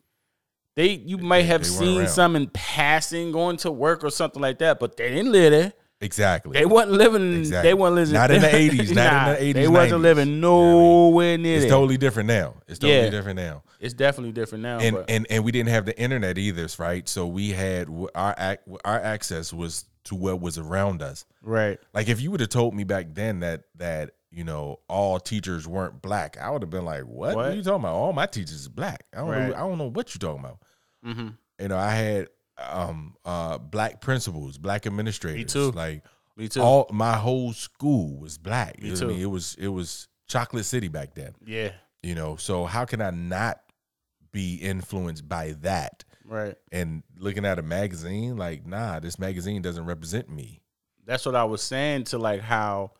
[SPEAKER 1] they you might
[SPEAKER 2] they-
[SPEAKER 1] have
[SPEAKER 2] they weren't
[SPEAKER 1] seen
[SPEAKER 2] around.
[SPEAKER 1] some in passing, going to work or something like that. But they didn't live there.
[SPEAKER 2] Exactly.
[SPEAKER 1] They wasn't living.
[SPEAKER 2] Exactly.
[SPEAKER 1] They weren't living.
[SPEAKER 2] Not in the 80s, not in
[SPEAKER 1] Nah,
[SPEAKER 2] the 80s,
[SPEAKER 1] They wasn't
[SPEAKER 2] 90s.
[SPEAKER 1] living
[SPEAKER 2] what I mean?
[SPEAKER 1] nowhere near
[SPEAKER 2] it's
[SPEAKER 1] there.
[SPEAKER 2] totally different now. It's totally
[SPEAKER 1] Yeah.
[SPEAKER 2] different now.
[SPEAKER 1] it's definitely different now.
[SPEAKER 2] And
[SPEAKER 1] but
[SPEAKER 2] and and we didn't have the internet either, right? So we had w- our ac- our access was to what was around us.
[SPEAKER 1] right,
[SPEAKER 2] Like if you would have told me back then that that you know all teachers weren't black, I would have been like, what? what?
[SPEAKER 1] What?
[SPEAKER 2] are you talking about? All my teachers is black. I don't
[SPEAKER 1] Right.
[SPEAKER 2] know. I don't know what you're talking about.
[SPEAKER 1] mm-hmm.
[SPEAKER 2] You know, I had um uh black principals, black administrators.
[SPEAKER 1] too.
[SPEAKER 2] Like
[SPEAKER 1] me too.
[SPEAKER 2] all my whole school was black.
[SPEAKER 1] Me
[SPEAKER 2] You know what I
[SPEAKER 1] too.
[SPEAKER 2] mean? It was it was Chocolate City back then.
[SPEAKER 1] yeah,
[SPEAKER 2] You know, so how can I not be influenced by that?
[SPEAKER 1] right.
[SPEAKER 2] And looking at a magazine, like, nah, this magazine doesn't represent me.
[SPEAKER 1] that's what I was saying to like how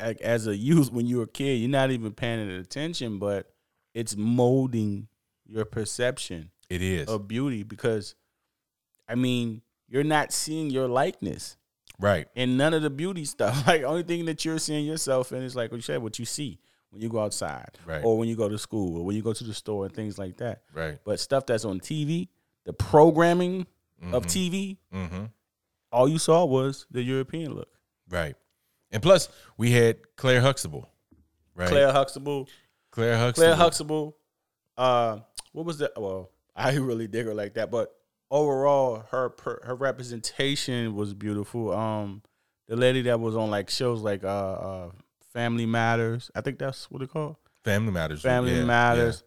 [SPEAKER 1] like, as a youth when you're a kid you're not even paying it attention but it's molding your perception
[SPEAKER 2] It is
[SPEAKER 1] of beauty because I mean you're not seeing your likeness
[SPEAKER 2] right.
[SPEAKER 1] in none of the beauty stuff like only thing that you're seeing yourself in is like what you said what you see when you go outside
[SPEAKER 2] Right.
[SPEAKER 1] or when you go to school or when you go to the store and things like that
[SPEAKER 2] Right.
[SPEAKER 1] but stuff that's on TV the programming of TV
[SPEAKER 2] Mm-hmm.
[SPEAKER 1] all you saw was the European look
[SPEAKER 2] Right. And plus, we had Claire Huxtable. Right. Claire,
[SPEAKER 1] Claire Huxtable
[SPEAKER 2] Huxtable.
[SPEAKER 1] Claire Huxtable. Uh, what was that? Well, I really dig her like that, but overall, her per, her representation was beautiful. Um, the lady that was on like shows like uh, uh Family Matters, I think that's what it called.
[SPEAKER 2] Family Matters.
[SPEAKER 1] Family
[SPEAKER 2] Yeah,
[SPEAKER 1] Matters.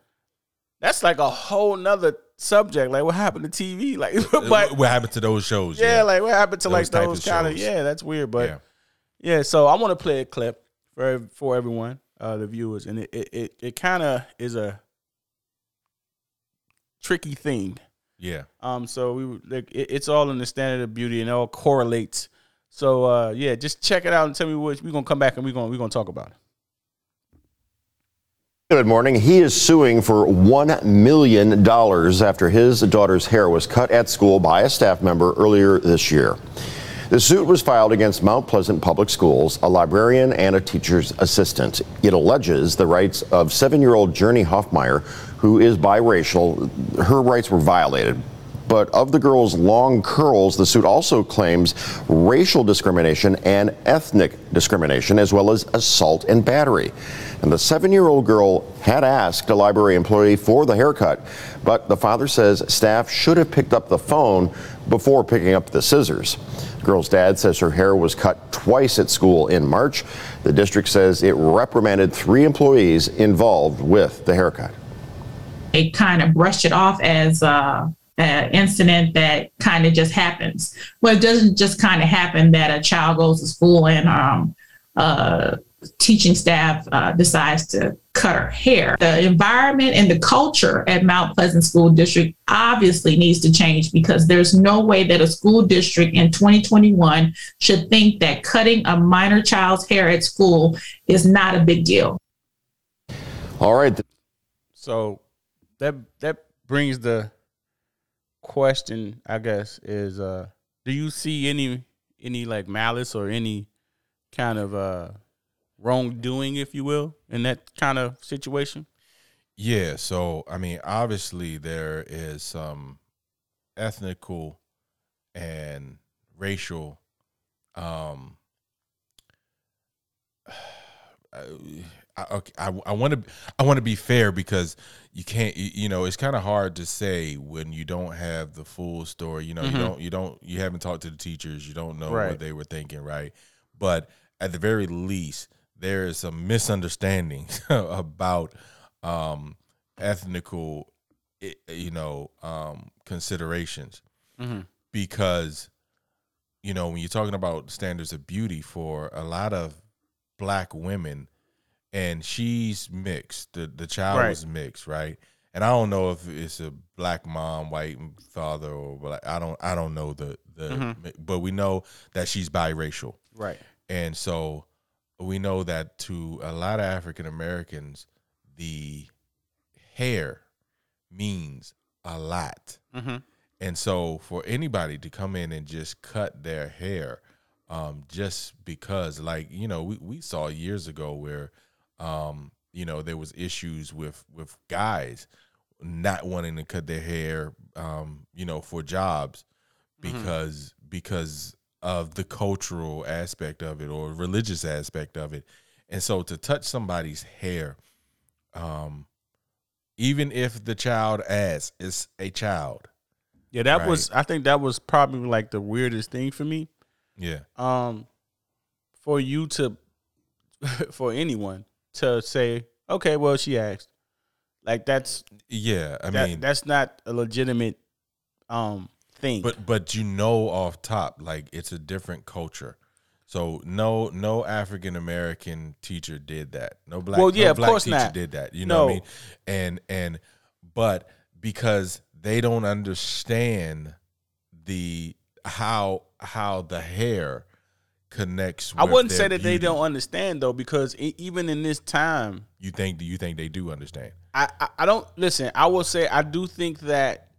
[SPEAKER 1] That's like a whole nother subject. Like what happened to TV? Like,
[SPEAKER 2] yeah.
[SPEAKER 1] but
[SPEAKER 2] Uh, What- what happened to those shows?
[SPEAKER 1] yeah, like what happened to
[SPEAKER 2] Those
[SPEAKER 1] like
[SPEAKER 2] type
[SPEAKER 1] those
[SPEAKER 2] of
[SPEAKER 1] kind of
[SPEAKER 2] shows.
[SPEAKER 1] yeah? That's weird, but
[SPEAKER 2] Yeah.
[SPEAKER 1] yeah, so I want to play a clip for for everyone, uh, the viewers, and it it, it, it kind of is a tricky thing.
[SPEAKER 2] yeah.
[SPEAKER 1] Um, so we were- like it, it's all in the standard of beauty and it all correlates. So uh, yeah, just check it out and tell me what we're gonna come back and we're gonna we're gonna talk about it.
[SPEAKER 4] Good morning. He is suing for $1 million after his daughter's hair was cut at school by a staff member earlier this year. The suit was filed against Mount Pleasant Public Schools, a librarian, and a teacher's assistant. It alleges the rights of seven year old Journey Hoffmeyer, who is biracial, her rights were violated. But of the girl's long curls, the suit also claims racial discrimination and ethnic discrimination, as well as assault and battery. And the seven year old girl had asked a library employee for the haircut, but the father says staff should have picked up the phone before picking up the scissors. The girl's dad says her hair was cut twice at school in March. The district says it reprimanded three employees involved with the haircut.
[SPEAKER 5] they kind of brushed it off as uh, an incident that kind of just happens. Well, it doesn't just kind of happen that a child goes to school and um, uh, teaching staff uh, decides to cut her hair. The environment and the culture at Mount Pleasant School District obviously needs to change because there's no way that a school district in 2021 should think that cutting a minor child's hair at school is not a big deal.
[SPEAKER 4] All right,
[SPEAKER 1] So that that brings the question, I guess, is uh, do you see any any like malice or any kind of uh, wrongdoing, if you will, in that kind of situation?
[SPEAKER 2] Yeah, so I mean, obviously there is some ethnical and racial um I I, okay, I want to I want to be fair because you can't you, you know, it's kind of hard to say when you don't have the full story, you know,
[SPEAKER 1] Mhm.
[SPEAKER 2] you don't you don't you haven't talked to the teachers, you don't know
[SPEAKER 1] Right.
[SPEAKER 2] what they were thinking, right? But at the very least, there is some misunderstanding about um ethnical i- you know um considerations
[SPEAKER 1] Mhm.
[SPEAKER 2] because you know when you're talking about standards of beauty for a lot of black women and she's mixed the the child
[SPEAKER 1] Right.
[SPEAKER 2] was mixed right and i don't know if it's a black mom white father or black, i don't i don't know the the but we know that she's biracial
[SPEAKER 1] Right.
[SPEAKER 2] And so we know that to a lot of African Americans, the hair means a lot. And so for anybody to come in and just cut their hair, um, just because, like, you know, we, we saw years ago where, um, you know, there was issues with, with guys not wanting to cut their hair, um, you know, for jobs because because of the cultural aspect of it or religious aspect of it. And so to touch somebody's hair, um, even if the child asks, it's a child.
[SPEAKER 1] Yeah, that
[SPEAKER 2] Right.
[SPEAKER 1] was I think that was probably like the weirdest thing for me.
[SPEAKER 2] Yeah.
[SPEAKER 1] Um for you to for anyone to say, Okay, well she asked. Like that's
[SPEAKER 2] Yeah. I
[SPEAKER 1] that,
[SPEAKER 2] mean
[SPEAKER 1] that's not a legitimate um thing.
[SPEAKER 2] but but you know off top, like it's a different culture. So no no African American teacher did that. No black,
[SPEAKER 1] Well,
[SPEAKER 2] no
[SPEAKER 1] yeah, of
[SPEAKER 2] black
[SPEAKER 1] course
[SPEAKER 2] teacher
[SPEAKER 1] not.
[SPEAKER 2] did that. You know what
[SPEAKER 1] No.
[SPEAKER 2] I mean? And and but because they don't understand the how how the hair connects
[SPEAKER 1] I
[SPEAKER 2] with
[SPEAKER 1] wouldn't
[SPEAKER 2] their
[SPEAKER 1] say that they
[SPEAKER 2] beauty.
[SPEAKER 1] don't understand though, because e- even in this time,
[SPEAKER 2] you think do you think they do understand?
[SPEAKER 1] I, I I don't listen. I will say I do think that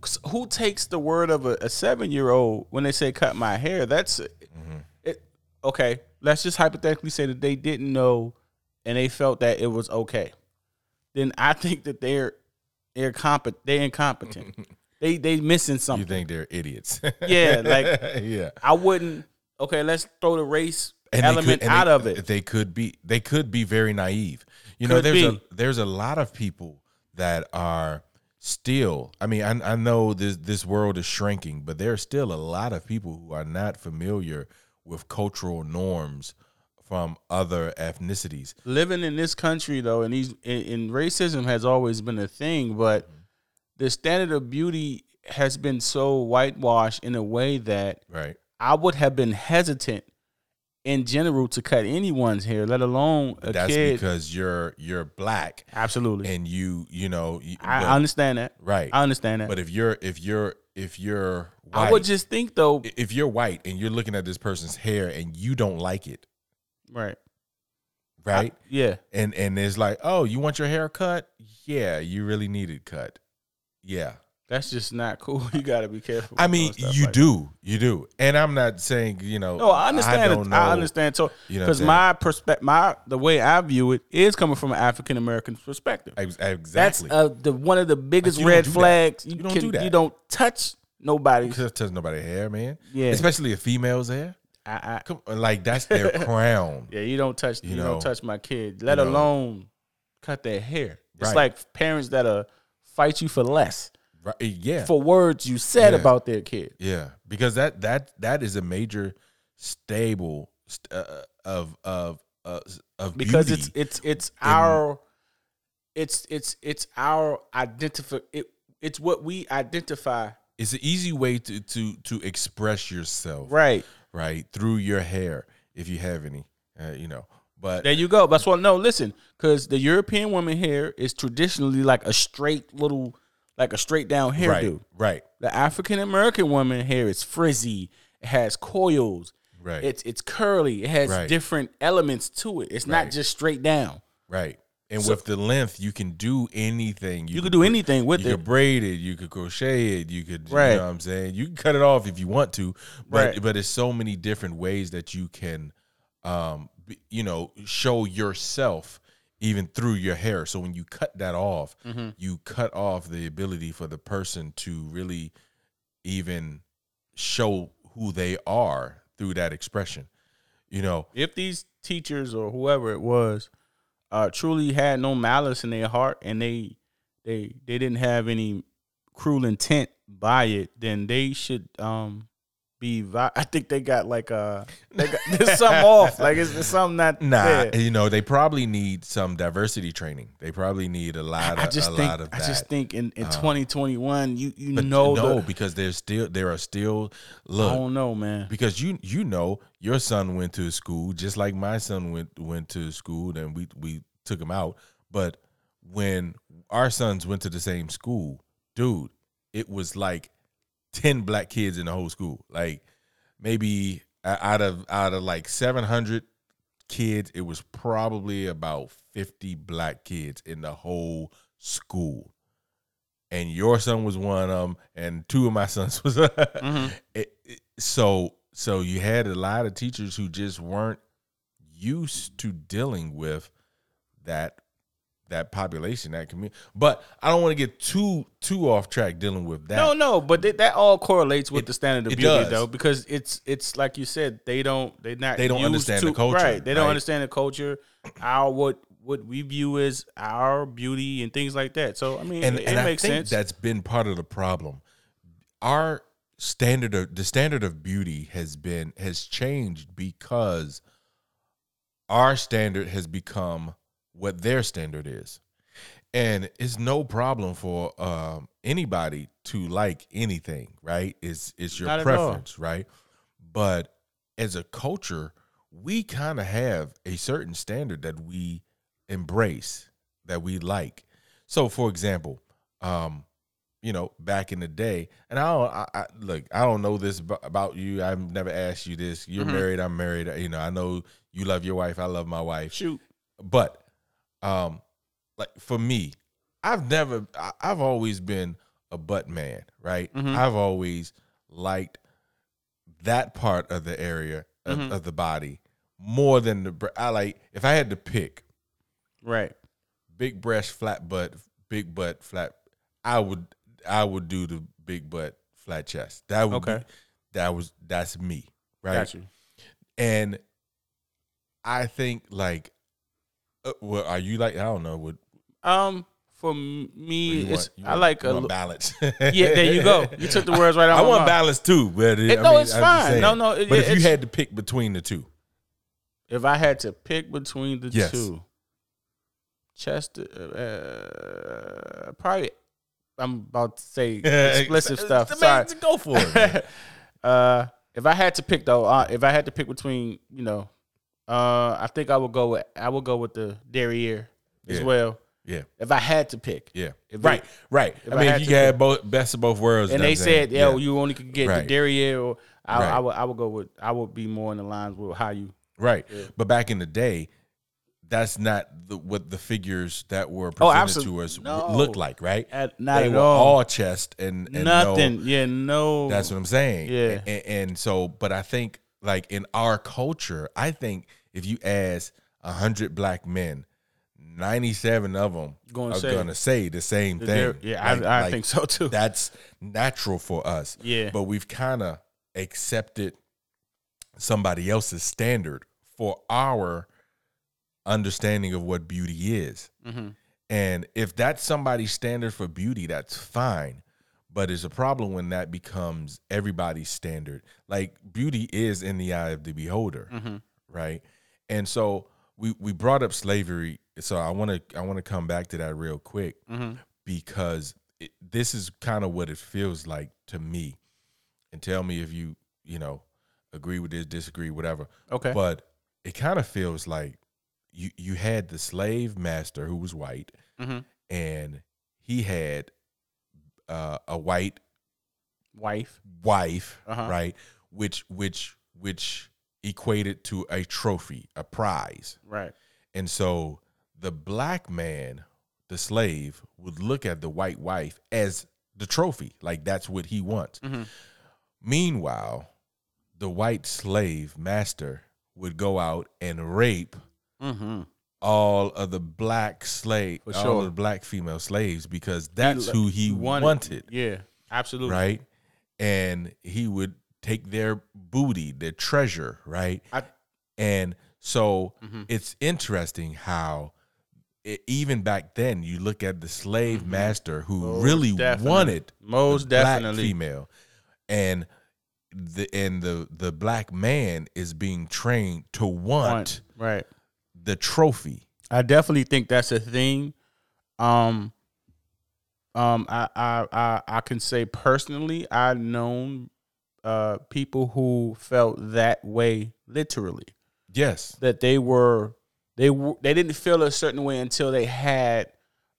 [SPEAKER 1] 'cause who takes the word of a, a seven year old when they say cut my hair? That's
[SPEAKER 2] Mm-hmm.
[SPEAKER 1] it. Okay, let's just hypothetically say that they didn't know and they felt that it was okay. Then I think that they're they're compet they're incompetent. they they missing
[SPEAKER 2] You
[SPEAKER 1] something.
[SPEAKER 2] think they're idiots.
[SPEAKER 1] Yeah, like
[SPEAKER 2] yeah.
[SPEAKER 1] I wouldn't. Okay, let's throw the race
[SPEAKER 2] and they could-
[SPEAKER 1] element
[SPEAKER 2] and
[SPEAKER 1] out
[SPEAKER 2] they,
[SPEAKER 1] of it.
[SPEAKER 2] They could be they could be very naive. You know,
[SPEAKER 1] Could
[SPEAKER 2] there's a
[SPEAKER 1] be.
[SPEAKER 2] there's a lot of people that are still. I mean, I, I know this this world is shrinking, but there are still a lot of people who are not familiar with cultural norms from other ethnicities.
[SPEAKER 1] living in this country though and these and, and racism has always been a thing but the standard of beauty has been so whitewashed in a way that
[SPEAKER 2] Right.
[SPEAKER 1] i would have been hesitant in general to cut anyone's hair let alone a
[SPEAKER 2] That's
[SPEAKER 1] kid
[SPEAKER 2] because you're you're black
[SPEAKER 1] absolutely
[SPEAKER 2] and you you know you,
[SPEAKER 1] I,
[SPEAKER 2] but-
[SPEAKER 1] I understand that
[SPEAKER 2] right.
[SPEAKER 1] i understand that
[SPEAKER 2] but if you're if you're if you're white,
[SPEAKER 1] i would just think though
[SPEAKER 2] if you're white and you're looking at this person's hair and you don't like it,
[SPEAKER 1] right
[SPEAKER 2] right?
[SPEAKER 1] yeah
[SPEAKER 2] and and it's like, oh, you want your hair cut? Yeah, you really need it cut. Yeah,
[SPEAKER 1] that's just not cool you gotta be careful
[SPEAKER 2] I
[SPEAKER 1] with
[SPEAKER 2] mean,
[SPEAKER 1] doing stuff
[SPEAKER 2] you
[SPEAKER 1] like
[SPEAKER 2] do, you do, and I'm not saying you know.
[SPEAKER 1] No, I understand.
[SPEAKER 2] don't
[SPEAKER 1] it. I
[SPEAKER 2] know.
[SPEAKER 1] understand. So,
[SPEAKER 2] You know
[SPEAKER 1] because
[SPEAKER 2] what
[SPEAKER 1] my perspective, my the way I view it is coming from an African American perspective.
[SPEAKER 2] Ex- exactly.
[SPEAKER 1] That's uh, the one of the biggest
[SPEAKER 2] you don't
[SPEAKER 1] red
[SPEAKER 2] do that.
[SPEAKER 1] flags. You,
[SPEAKER 2] You don't
[SPEAKER 1] can,
[SPEAKER 2] do that.
[SPEAKER 1] You don't touch nobody.
[SPEAKER 2] Because it touches nobody's hair, man.
[SPEAKER 1] Yeah.
[SPEAKER 2] especially a female's hair.
[SPEAKER 1] I, I,
[SPEAKER 2] Come, like that's their crown.
[SPEAKER 1] yeah, you don't touch. You,
[SPEAKER 2] You
[SPEAKER 1] don't
[SPEAKER 2] know,
[SPEAKER 1] touch my kid. Let
[SPEAKER 2] you know.
[SPEAKER 1] alone cut their hair. It's
[SPEAKER 2] Right.
[SPEAKER 1] like parents that uh fight you for less
[SPEAKER 2] Right? Eh, Yeah,
[SPEAKER 1] for words you said
[SPEAKER 2] Yeah.
[SPEAKER 1] about their kid.
[SPEAKER 2] yeah. Because that that that is a major stable st- uh, of of uh, of
[SPEAKER 1] because
[SPEAKER 2] beauty.
[SPEAKER 1] it's it's it's our it's it's it's our identify it, it's what we identify
[SPEAKER 2] it's an easy way to to to express yourself.
[SPEAKER 1] right
[SPEAKER 2] right through your hair if you have any uh, you know but
[SPEAKER 1] there you go that's what no listen because the european woman hair is traditionally like a straight little like a straight down hairdo
[SPEAKER 2] right right
[SPEAKER 1] the african american woman hair is frizzy it has coils
[SPEAKER 2] Right.
[SPEAKER 1] it's it's curly it has
[SPEAKER 2] Right.
[SPEAKER 1] different elements to it it's not
[SPEAKER 2] Right.
[SPEAKER 1] just straight down
[SPEAKER 2] right and
[SPEAKER 1] So-
[SPEAKER 2] with the length you can do anything
[SPEAKER 1] you, could do
[SPEAKER 2] bra-
[SPEAKER 1] anything with
[SPEAKER 2] you
[SPEAKER 1] it
[SPEAKER 2] could braid it you could crochet it you could
[SPEAKER 1] Right.
[SPEAKER 2] you know what i'm saying you can cut it off if you want to but
[SPEAKER 1] Right.
[SPEAKER 2] but it's so many different ways that you can um b- you know show yourself even through your hair so when you cut that off
[SPEAKER 1] Mm-hmm.
[SPEAKER 2] you cut off the ability for the person to really even show who they are through that expression you know
[SPEAKER 1] if these teachers or whoever it was uh, truly had no malice in their heart and they they they didn't have any cruel intent by it, then they should um be. Vi- I think they got like uh they got, there's something off. Like it's, there's something not
[SPEAKER 2] Nah,
[SPEAKER 1] there.
[SPEAKER 2] you know they probably need some diversity training. They probably need a lot. Of,
[SPEAKER 1] I just
[SPEAKER 2] a
[SPEAKER 1] think
[SPEAKER 2] lot of
[SPEAKER 1] I
[SPEAKER 2] that. Um,
[SPEAKER 1] just think in, in 2021 you you
[SPEAKER 2] but
[SPEAKER 1] know
[SPEAKER 2] no,
[SPEAKER 1] the,
[SPEAKER 2] because there's still there are still
[SPEAKER 1] I
[SPEAKER 2] look
[SPEAKER 1] don't know man.
[SPEAKER 2] because you you know your son went to school just like my son went went to school and we we took him out but when our sons went to the same school dude it was like 10 black kids in the whole school like maybe Uh, out of out of like 700 kids, it was probably about 50 black kids in the whole school. And your son was one of them, and two of my sons was.
[SPEAKER 1] Mm-hmm.
[SPEAKER 2] It- it- so so you had a lot of teachers who just weren't used to dealing with that that population, that community. But I don't want to get too too off track dealing with that.
[SPEAKER 1] No, no, but th- that all correlates with
[SPEAKER 2] It-
[SPEAKER 1] the standard of
[SPEAKER 2] it
[SPEAKER 1] beauty,
[SPEAKER 2] does.
[SPEAKER 1] though, because it's it's like you said, they don't they not
[SPEAKER 2] They don't
[SPEAKER 1] used
[SPEAKER 2] understand
[SPEAKER 1] to-
[SPEAKER 2] the culture,
[SPEAKER 1] right? They don't
[SPEAKER 2] right.
[SPEAKER 1] understand the culture, our what what we view as our beauty and things like that. So I mean,
[SPEAKER 2] and,
[SPEAKER 1] it,
[SPEAKER 2] and
[SPEAKER 1] it
[SPEAKER 2] I
[SPEAKER 1] makes
[SPEAKER 2] think
[SPEAKER 1] sense.
[SPEAKER 2] that's been part of the problem. Our standard of the standard of beauty has been has changed because our standard has become what their standard is, and it's no problem for um, anybody to like anything, right? It's it's your
[SPEAKER 1] Not at all.
[SPEAKER 2] preference, right? But as a culture, we kind of have a certain standard that we embrace, that we like. So, for example, um, you know, back in the day, and I don't, I, I look, I don't know this ab- about you. I've never asked you this. You're married. I'm married. You know, I know you love your wife. I love my wife.
[SPEAKER 1] Shoot,
[SPEAKER 2] But, um, like for me, I've never, I, I've always been a butt man, right? I've always liked that part of the area of, of the body more than the. br- I like if I had to pick
[SPEAKER 1] right?
[SPEAKER 2] big breast, flat butt, big butt, flat. I would I would do the big butt, flat chest. That would
[SPEAKER 1] Okay.
[SPEAKER 2] be, that was that's me, right?
[SPEAKER 1] Got you.
[SPEAKER 2] And I think like, uh, well, are you like I don't know what
[SPEAKER 1] Um, for
[SPEAKER 2] you
[SPEAKER 1] me,
[SPEAKER 2] want-
[SPEAKER 1] it's
[SPEAKER 2] you
[SPEAKER 1] I
[SPEAKER 2] want-
[SPEAKER 1] like
[SPEAKER 2] you
[SPEAKER 1] a
[SPEAKER 2] want
[SPEAKER 1] l-
[SPEAKER 2] balance.
[SPEAKER 1] yeah. There you go. You took the words right out.
[SPEAKER 2] I
[SPEAKER 1] of my
[SPEAKER 2] want
[SPEAKER 1] mouth.
[SPEAKER 2] balance too, but it,
[SPEAKER 1] It-
[SPEAKER 2] I
[SPEAKER 1] no,
[SPEAKER 2] mean,
[SPEAKER 1] it's
[SPEAKER 2] I'm just
[SPEAKER 1] fine.
[SPEAKER 2] saying.
[SPEAKER 1] No, no, it-
[SPEAKER 2] but if you
[SPEAKER 1] it's-
[SPEAKER 2] had to pick between the two,
[SPEAKER 1] If I had to pick between the
[SPEAKER 2] Yes.
[SPEAKER 1] two, Chester, uh, probably. I'm about to say explicit stuff.
[SPEAKER 2] I mean,
[SPEAKER 1] Sorry.
[SPEAKER 2] go for it. man.
[SPEAKER 1] uh, if I had to pick though, uh, if I had to pick between, you know, uh, I think I would go with I would go with the derriere as
[SPEAKER 2] Yeah.
[SPEAKER 1] well.
[SPEAKER 2] yeah,
[SPEAKER 1] If I had to pick,
[SPEAKER 2] yeah,
[SPEAKER 1] If
[SPEAKER 2] right,
[SPEAKER 1] they-
[SPEAKER 2] right.
[SPEAKER 1] if
[SPEAKER 2] I
[SPEAKER 1] I
[SPEAKER 2] mean,
[SPEAKER 1] had
[SPEAKER 2] you
[SPEAKER 1] to
[SPEAKER 2] had both best of both worlds,
[SPEAKER 1] and
[SPEAKER 2] you know
[SPEAKER 1] they
[SPEAKER 2] what I'm saying?
[SPEAKER 1] said, yeah, well, you only could get
[SPEAKER 2] Right.
[SPEAKER 1] the derriere, or I, I
[SPEAKER 2] Right.
[SPEAKER 1] would I would go with I would be more in the lines with how you
[SPEAKER 2] Right. But back in the day, that's not the, what the figures that were
[SPEAKER 1] Oh,
[SPEAKER 2] presented
[SPEAKER 1] absolute-
[SPEAKER 2] to us
[SPEAKER 1] no.
[SPEAKER 2] w- looked like, right?
[SPEAKER 1] At- not
[SPEAKER 2] they
[SPEAKER 1] at
[SPEAKER 2] were
[SPEAKER 1] all.
[SPEAKER 2] chest and, and no-
[SPEAKER 1] nothing. yeah, no.
[SPEAKER 2] that's what I'm saying.
[SPEAKER 1] Yeah.
[SPEAKER 2] A- a- And, so, but I think like in our culture, I think if you ask hundred black men, ninety-seven of them
[SPEAKER 1] Gonna
[SPEAKER 2] are
[SPEAKER 1] say-
[SPEAKER 2] gonna say the same
[SPEAKER 1] the
[SPEAKER 2] thing.
[SPEAKER 1] der- yeah, I-
[SPEAKER 2] Like-
[SPEAKER 1] I,
[SPEAKER 2] like
[SPEAKER 1] think so too.
[SPEAKER 2] that's natural for us.
[SPEAKER 1] Yeah.
[SPEAKER 2] But we've kind of accepted somebody else's standard for our understanding of what beauty is.
[SPEAKER 1] Mhm.
[SPEAKER 2] And if that's somebody's standard for beauty, that's fine. But it's a problem when that becomes everybody's standard. Like beauty is in the eye of the beholder, right? And so we we brought up slavery. So I want to I want to come back to that real quick because it, this is kind of what it feels like to me. And tell me if you you know agree with this, disagree, whatever.
[SPEAKER 1] Okay.
[SPEAKER 2] But it kind of feels like you you had the slave master who was white,
[SPEAKER 1] Mhm.
[SPEAKER 2] and he had uh, a white
[SPEAKER 1] Wife,
[SPEAKER 2] wife,
[SPEAKER 1] Uh-huh.
[SPEAKER 2] right? Which which which equated to a trophy, a prize.
[SPEAKER 1] right?
[SPEAKER 2] And so the black man, the slave, would look at the white wife as the trophy. Like that's what he wants.
[SPEAKER 1] Mhm.
[SPEAKER 2] Meanwhile, the white slave master would go out and rape
[SPEAKER 1] Mm-hmm.
[SPEAKER 2] all of the black slave,
[SPEAKER 1] For
[SPEAKER 2] all
[SPEAKER 1] sure.
[SPEAKER 2] of the black female slaves, because that's
[SPEAKER 1] lo-
[SPEAKER 2] who he
[SPEAKER 1] wanted-
[SPEAKER 2] wanted
[SPEAKER 1] Yeah, absolutely.
[SPEAKER 2] right? And he would take their booty, their treasure, right?
[SPEAKER 1] I- Mm-hmm.
[SPEAKER 2] and so it's interesting how e- even back then you look at the slave master who
[SPEAKER 1] Mm-hmm. Most
[SPEAKER 2] really
[SPEAKER 1] definitely.
[SPEAKER 2] wanted
[SPEAKER 1] Most
[SPEAKER 2] the black
[SPEAKER 1] definitely.
[SPEAKER 2] female, and the and the the black man is being trained to want,
[SPEAKER 1] right.
[SPEAKER 2] the trophy.
[SPEAKER 1] I definitely think that's a thing. Um, um, I, I, I, I can say personally, I've known uh, people who felt that way literally
[SPEAKER 2] Yes,
[SPEAKER 1] that they were they were they didn't feel a certain way until they had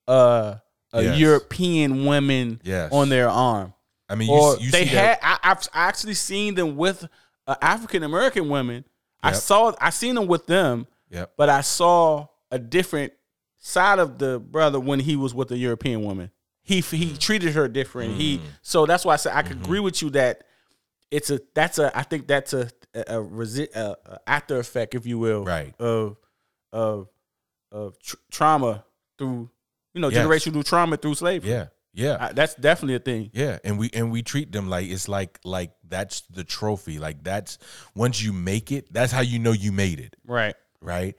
[SPEAKER 1] uh, a
[SPEAKER 2] Yes.
[SPEAKER 1] European woman
[SPEAKER 2] Yes.
[SPEAKER 1] on their arm,
[SPEAKER 2] I mean you,
[SPEAKER 1] or
[SPEAKER 2] s- you
[SPEAKER 1] they
[SPEAKER 2] see that-
[SPEAKER 1] had. I, I've I actually seen them with uh, African American women. I
[SPEAKER 2] Yep.
[SPEAKER 1] saw I seen them with them,
[SPEAKER 2] Yep.
[SPEAKER 1] but I saw a different side of the brother when he was with a European woman. He he treated her different.
[SPEAKER 2] Mm.
[SPEAKER 1] He so that's why I said I
[SPEAKER 2] Mm-hmm.
[SPEAKER 1] could agree with you that it's a that's a I think that's a a, a, resi- a, a after effect, if you will,
[SPEAKER 2] Right.
[SPEAKER 1] of of of tr- trauma through you know
[SPEAKER 2] Yes.
[SPEAKER 1] generational trauma through slavery.
[SPEAKER 2] Yeah. Yeah.
[SPEAKER 1] I- that's definitely a thing.
[SPEAKER 2] Yeah, and we and we treat them like it's like like that's the trophy. Like that's once you make it, that's how you know you made it,
[SPEAKER 1] Right.
[SPEAKER 2] right?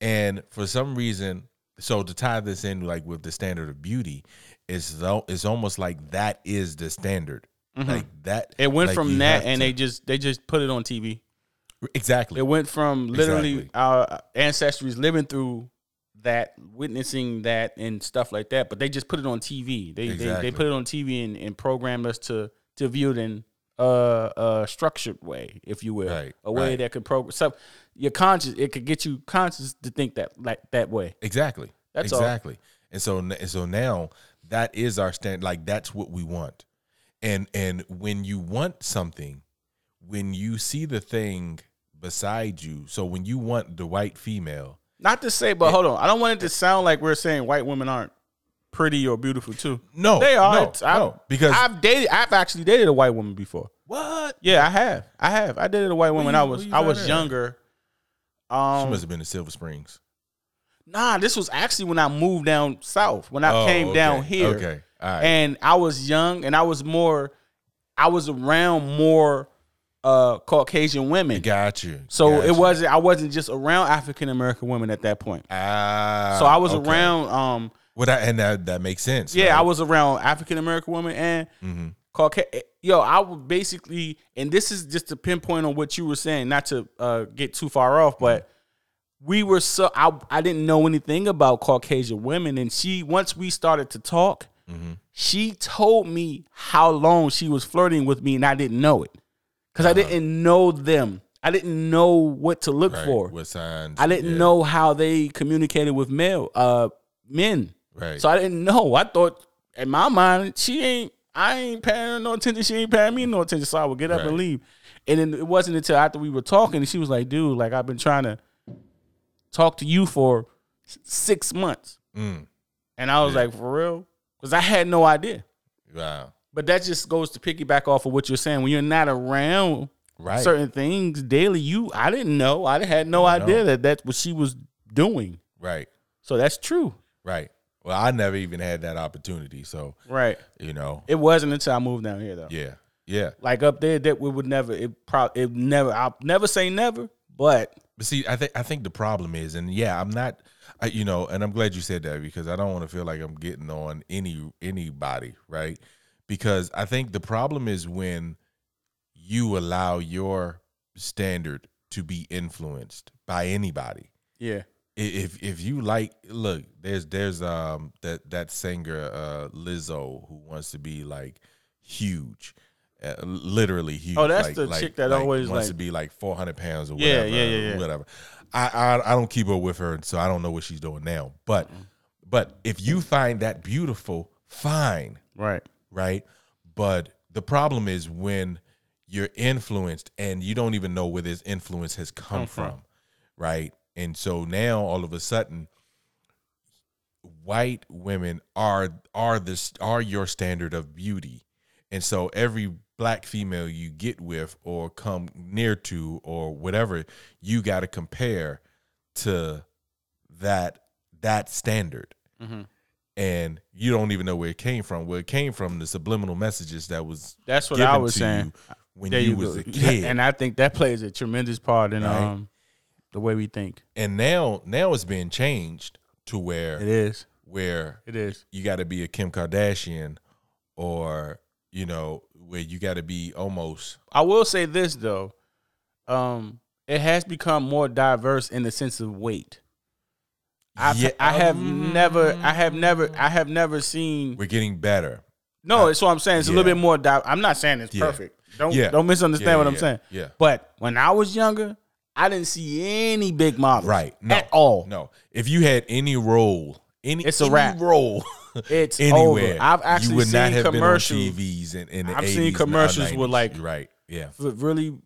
[SPEAKER 2] And for some reason, so to tie this in like with the standard of beauty, it's though it's almost like that is the standard. Like that
[SPEAKER 1] Mm-hmm. It went
[SPEAKER 2] like you
[SPEAKER 1] from that,
[SPEAKER 2] have
[SPEAKER 1] and
[SPEAKER 2] to-
[SPEAKER 1] they just they just put it on TV.
[SPEAKER 2] exactly
[SPEAKER 1] It went from literally
[SPEAKER 2] Exactly.
[SPEAKER 1] our ancestors living through that, witnessing that, and stuff like that. But they just put it on TV. They they,
[SPEAKER 2] Exactly.
[SPEAKER 1] they put it on TV and, and programmed us to to view it in a, a structured way, if you will,
[SPEAKER 2] Right,
[SPEAKER 1] a way
[SPEAKER 2] right.
[SPEAKER 1] that could program so your conscious. It could get you conscious to think that like that way.
[SPEAKER 2] exactly
[SPEAKER 1] That's all.
[SPEAKER 2] exactly. And so n- and so now that is our stand. Like that's what we want. and and when you want something when you see the thing beside you so when you want the white female
[SPEAKER 1] Not to say, but hold on, I don't want it to sound like we're saying white women aren't pretty or beautiful too.
[SPEAKER 2] no
[SPEAKER 1] They are.
[SPEAKER 2] no,
[SPEAKER 1] It's- I've-
[SPEAKER 2] no, because
[SPEAKER 1] I've dated. I've actually dated a white woman before.
[SPEAKER 2] what
[SPEAKER 1] Yeah, I have. I have. I dated a white woman.
[SPEAKER 2] you-
[SPEAKER 1] I
[SPEAKER 2] where
[SPEAKER 1] was.
[SPEAKER 2] you
[SPEAKER 1] I
[SPEAKER 2] got
[SPEAKER 1] was
[SPEAKER 2] at?
[SPEAKER 1] younger.
[SPEAKER 2] she
[SPEAKER 1] Um,
[SPEAKER 2] must have been in silver springs
[SPEAKER 1] nah, this was actually when I moved down south. When I
[SPEAKER 2] Oh,
[SPEAKER 1] came down
[SPEAKER 2] okay,
[SPEAKER 1] here,
[SPEAKER 2] okay all right
[SPEAKER 1] and I was young, and I was more. I was around more uh Caucasian women,
[SPEAKER 2] got you
[SPEAKER 1] so
[SPEAKER 2] got
[SPEAKER 1] it
[SPEAKER 2] you.
[SPEAKER 1] wasn't. I wasn't just around African American women at that point.
[SPEAKER 2] ah
[SPEAKER 1] So I was
[SPEAKER 2] okay.
[SPEAKER 1] around. Um,
[SPEAKER 2] well that and that, that makes sense
[SPEAKER 1] yeah, I
[SPEAKER 2] right?
[SPEAKER 1] was around African American women and
[SPEAKER 2] Mhm.
[SPEAKER 1] Caucasian. Yo, I would basically, and this is just to pinpoint on what you were saying, not to uh, get too far off, but
[SPEAKER 2] Mm-hmm.
[SPEAKER 1] we were so I, I didn't know anything about Caucasian women, and she once we started to talk,
[SPEAKER 2] Mm-hmm.
[SPEAKER 1] she told me how long she was flirting with me, and I didn't know it because
[SPEAKER 2] Uh-huh.
[SPEAKER 1] I didn't know them. I didn't know what to look
[SPEAKER 2] Right,
[SPEAKER 1] for.
[SPEAKER 2] with signs
[SPEAKER 1] I didn't
[SPEAKER 2] yeah,
[SPEAKER 1] know how they communicated with male uh, men.
[SPEAKER 2] right
[SPEAKER 1] So I didn't know. I thought in my mind, she ain't. I ain't paying her no attention. She ain't paying me no attention. So I would get up
[SPEAKER 2] Right.
[SPEAKER 1] and leave. And then it wasn't until after we were talking, and she was like, "Dude, like I've been trying to talk to you for s- six months,"
[SPEAKER 2] Mm,
[SPEAKER 1] and I was
[SPEAKER 2] Yeah.
[SPEAKER 1] like, "For real?" Because I had no idea.
[SPEAKER 2] wow
[SPEAKER 1] But that just goes to piggyback off of what you're saying. When you're not around
[SPEAKER 2] right
[SPEAKER 1] certain things daily, you I didn't know. I had no
[SPEAKER 2] I know.
[SPEAKER 1] idea that that's what she was doing.
[SPEAKER 2] right
[SPEAKER 1] So that's true,
[SPEAKER 2] right well I never even had that opportunity so
[SPEAKER 1] right?
[SPEAKER 2] you know
[SPEAKER 1] It wasn't until I moved down here though.
[SPEAKER 2] yeah yeah
[SPEAKER 1] like up there that we would never it probably it never I'll never say never but
[SPEAKER 2] But see, I think I think the problem is, and yeah, I'm not, I, you know, and I'm glad you said that because I don't want to feel like I'm getting on any anybody, right? Because I think the problem is when you allow your standard to be influenced by anybody.
[SPEAKER 1] yeah
[SPEAKER 2] I- If if you like, look, there's there's um that that singer uh Lizzo who wants to be like huge. Uh, literally huge.
[SPEAKER 1] Oh, that's
[SPEAKER 2] like-
[SPEAKER 1] the
[SPEAKER 2] like-
[SPEAKER 1] chick that always, like-
[SPEAKER 2] wants to be like 400 pounds or
[SPEAKER 1] Yeah,
[SPEAKER 2] whatever.
[SPEAKER 1] yeah, yeah, yeah.
[SPEAKER 2] Whatever. I, I I don't keep up with her, so I don't know what she's doing now. But but if you find that beautiful, fine,
[SPEAKER 1] right
[SPEAKER 2] right? But the problem is when you're influenced and you don't even know where this influence has come, from, right? And so now all of a sudden white women are are this are your standard of beauty. And so every black female you get with or come near to or whatever, you got to compare to that that standard
[SPEAKER 1] Mm-hmm.
[SPEAKER 2] and you don't even know where it came from. Where it came from, the subliminal messages that was
[SPEAKER 1] that's what
[SPEAKER 2] given
[SPEAKER 1] I was
[SPEAKER 2] to
[SPEAKER 1] saying
[SPEAKER 2] you when
[SPEAKER 1] there
[SPEAKER 2] you,
[SPEAKER 1] you,
[SPEAKER 2] was
[SPEAKER 1] go
[SPEAKER 2] a kid,
[SPEAKER 1] and
[SPEAKER 2] and,
[SPEAKER 1] I think that plays a tremendous part in
[SPEAKER 2] Right.
[SPEAKER 1] um the way we think
[SPEAKER 2] now now it's being changed to where
[SPEAKER 1] is
[SPEAKER 2] where
[SPEAKER 1] it is
[SPEAKER 2] you got to be a Kim Kardashian, or you know where you got to be almost
[SPEAKER 1] I will say this though um it has become more diverse in the sense of weight I
[SPEAKER 2] Yeah,
[SPEAKER 1] I have never I have never I have never seen
[SPEAKER 2] we're getting better.
[SPEAKER 1] No, it's what I'm saying. It's a little
[SPEAKER 2] yeah.
[SPEAKER 1] bit more. Di- I'm not saying it's
[SPEAKER 2] Yeah.
[SPEAKER 1] perfect. Don't
[SPEAKER 2] Yeah.
[SPEAKER 1] don't misunderstand
[SPEAKER 2] Yeah, yeah,
[SPEAKER 1] what I'm
[SPEAKER 2] yeah.
[SPEAKER 1] saying.
[SPEAKER 2] Yeah.
[SPEAKER 1] But when I was younger, I didn't see any big models.
[SPEAKER 2] Right? No,
[SPEAKER 1] At all.
[SPEAKER 2] No. If you had any role, any
[SPEAKER 1] It's a
[SPEAKER 2] any
[SPEAKER 1] wrap.
[SPEAKER 2] role
[SPEAKER 1] It's
[SPEAKER 2] anywhere,
[SPEAKER 1] over. I've actually
[SPEAKER 2] you would
[SPEAKER 1] seen
[SPEAKER 2] not have
[SPEAKER 1] commercials
[SPEAKER 2] been on TVs in, in the
[SPEAKER 1] I've seen
[SPEAKER 2] 80s and the
[SPEAKER 1] commercials with,
[SPEAKER 2] 90s.
[SPEAKER 1] like-
[SPEAKER 2] right, yeah,
[SPEAKER 1] with really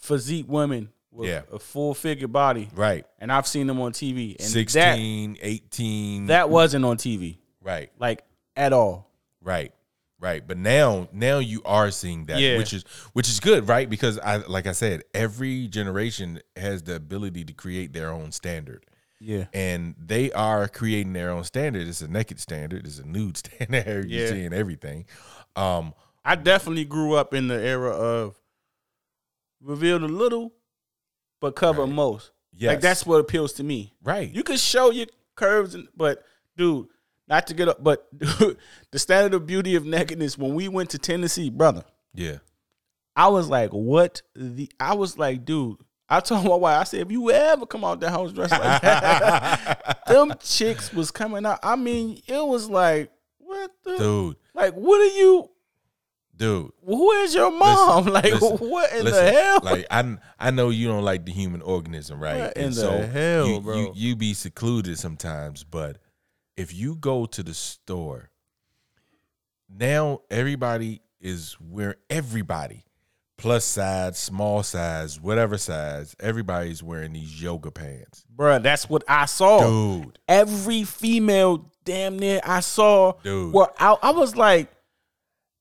[SPEAKER 1] physique women with
[SPEAKER 2] Yeah.
[SPEAKER 1] a full figure body,
[SPEAKER 2] Right.
[SPEAKER 1] and I've seen them on TV. And
[SPEAKER 2] 16, 18.
[SPEAKER 1] that that wasn't on TV
[SPEAKER 2] right.
[SPEAKER 1] like at all.
[SPEAKER 2] Right. Right. But now now you are seeing that,
[SPEAKER 1] Yeah.
[SPEAKER 2] which is which is good, right? Because I like I said, every generation has the ability to create their own standard.
[SPEAKER 1] Yeah,
[SPEAKER 2] And they are creating their own standard. It's a naked standard, it's a nude standard, you're
[SPEAKER 1] Yeah.
[SPEAKER 2] seeing everything. Um
[SPEAKER 1] I definitely grew up in the era of reveal the little, but cover most.
[SPEAKER 2] yes.
[SPEAKER 1] Like that's what appeals to me.
[SPEAKER 2] right.
[SPEAKER 1] You can show your curves, and, but dude, not to get up. But the standard of beauty of nakedness. When we went to Tennessee, brother,
[SPEAKER 2] yeah.
[SPEAKER 1] I was like, what the? I was like, dude. I told my wife, I said, if you ever come out that house dressed like that, them chicks was coming out. I mean, it was like, what the?
[SPEAKER 2] dude,
[SPEAKER 1] Like, what are you?
[SPEAKER 2] dude.
[SPEAKER 1] Who is your mom? like,
[SPEAKER 2] listen,
[SPEAKER 1] what in the
[SPEAKER 2] Listen,
[SPEAKER 1] hell?
[SPEAKER 2] Like I, I know you don't like the human organism, right?
[SPEAKER 1] What in the hell,
[SPEAKER 2] you,
[SPEAKER 1] bro?
[SPEAKER 2] You, you be secluded sometimes, but if you go to the store, now everybody is where everybody, plus size, small size, whatever size, everybody's wearing these yoga pants,
[SPEAKER 1] Bruh, that's what I saw.
[SPEAKER 2] dude.
[SPEAKER 1] Every female, damn near, I saw
[SPEAKER 2] Dude.
[SPEAKER 1] were out. I was like,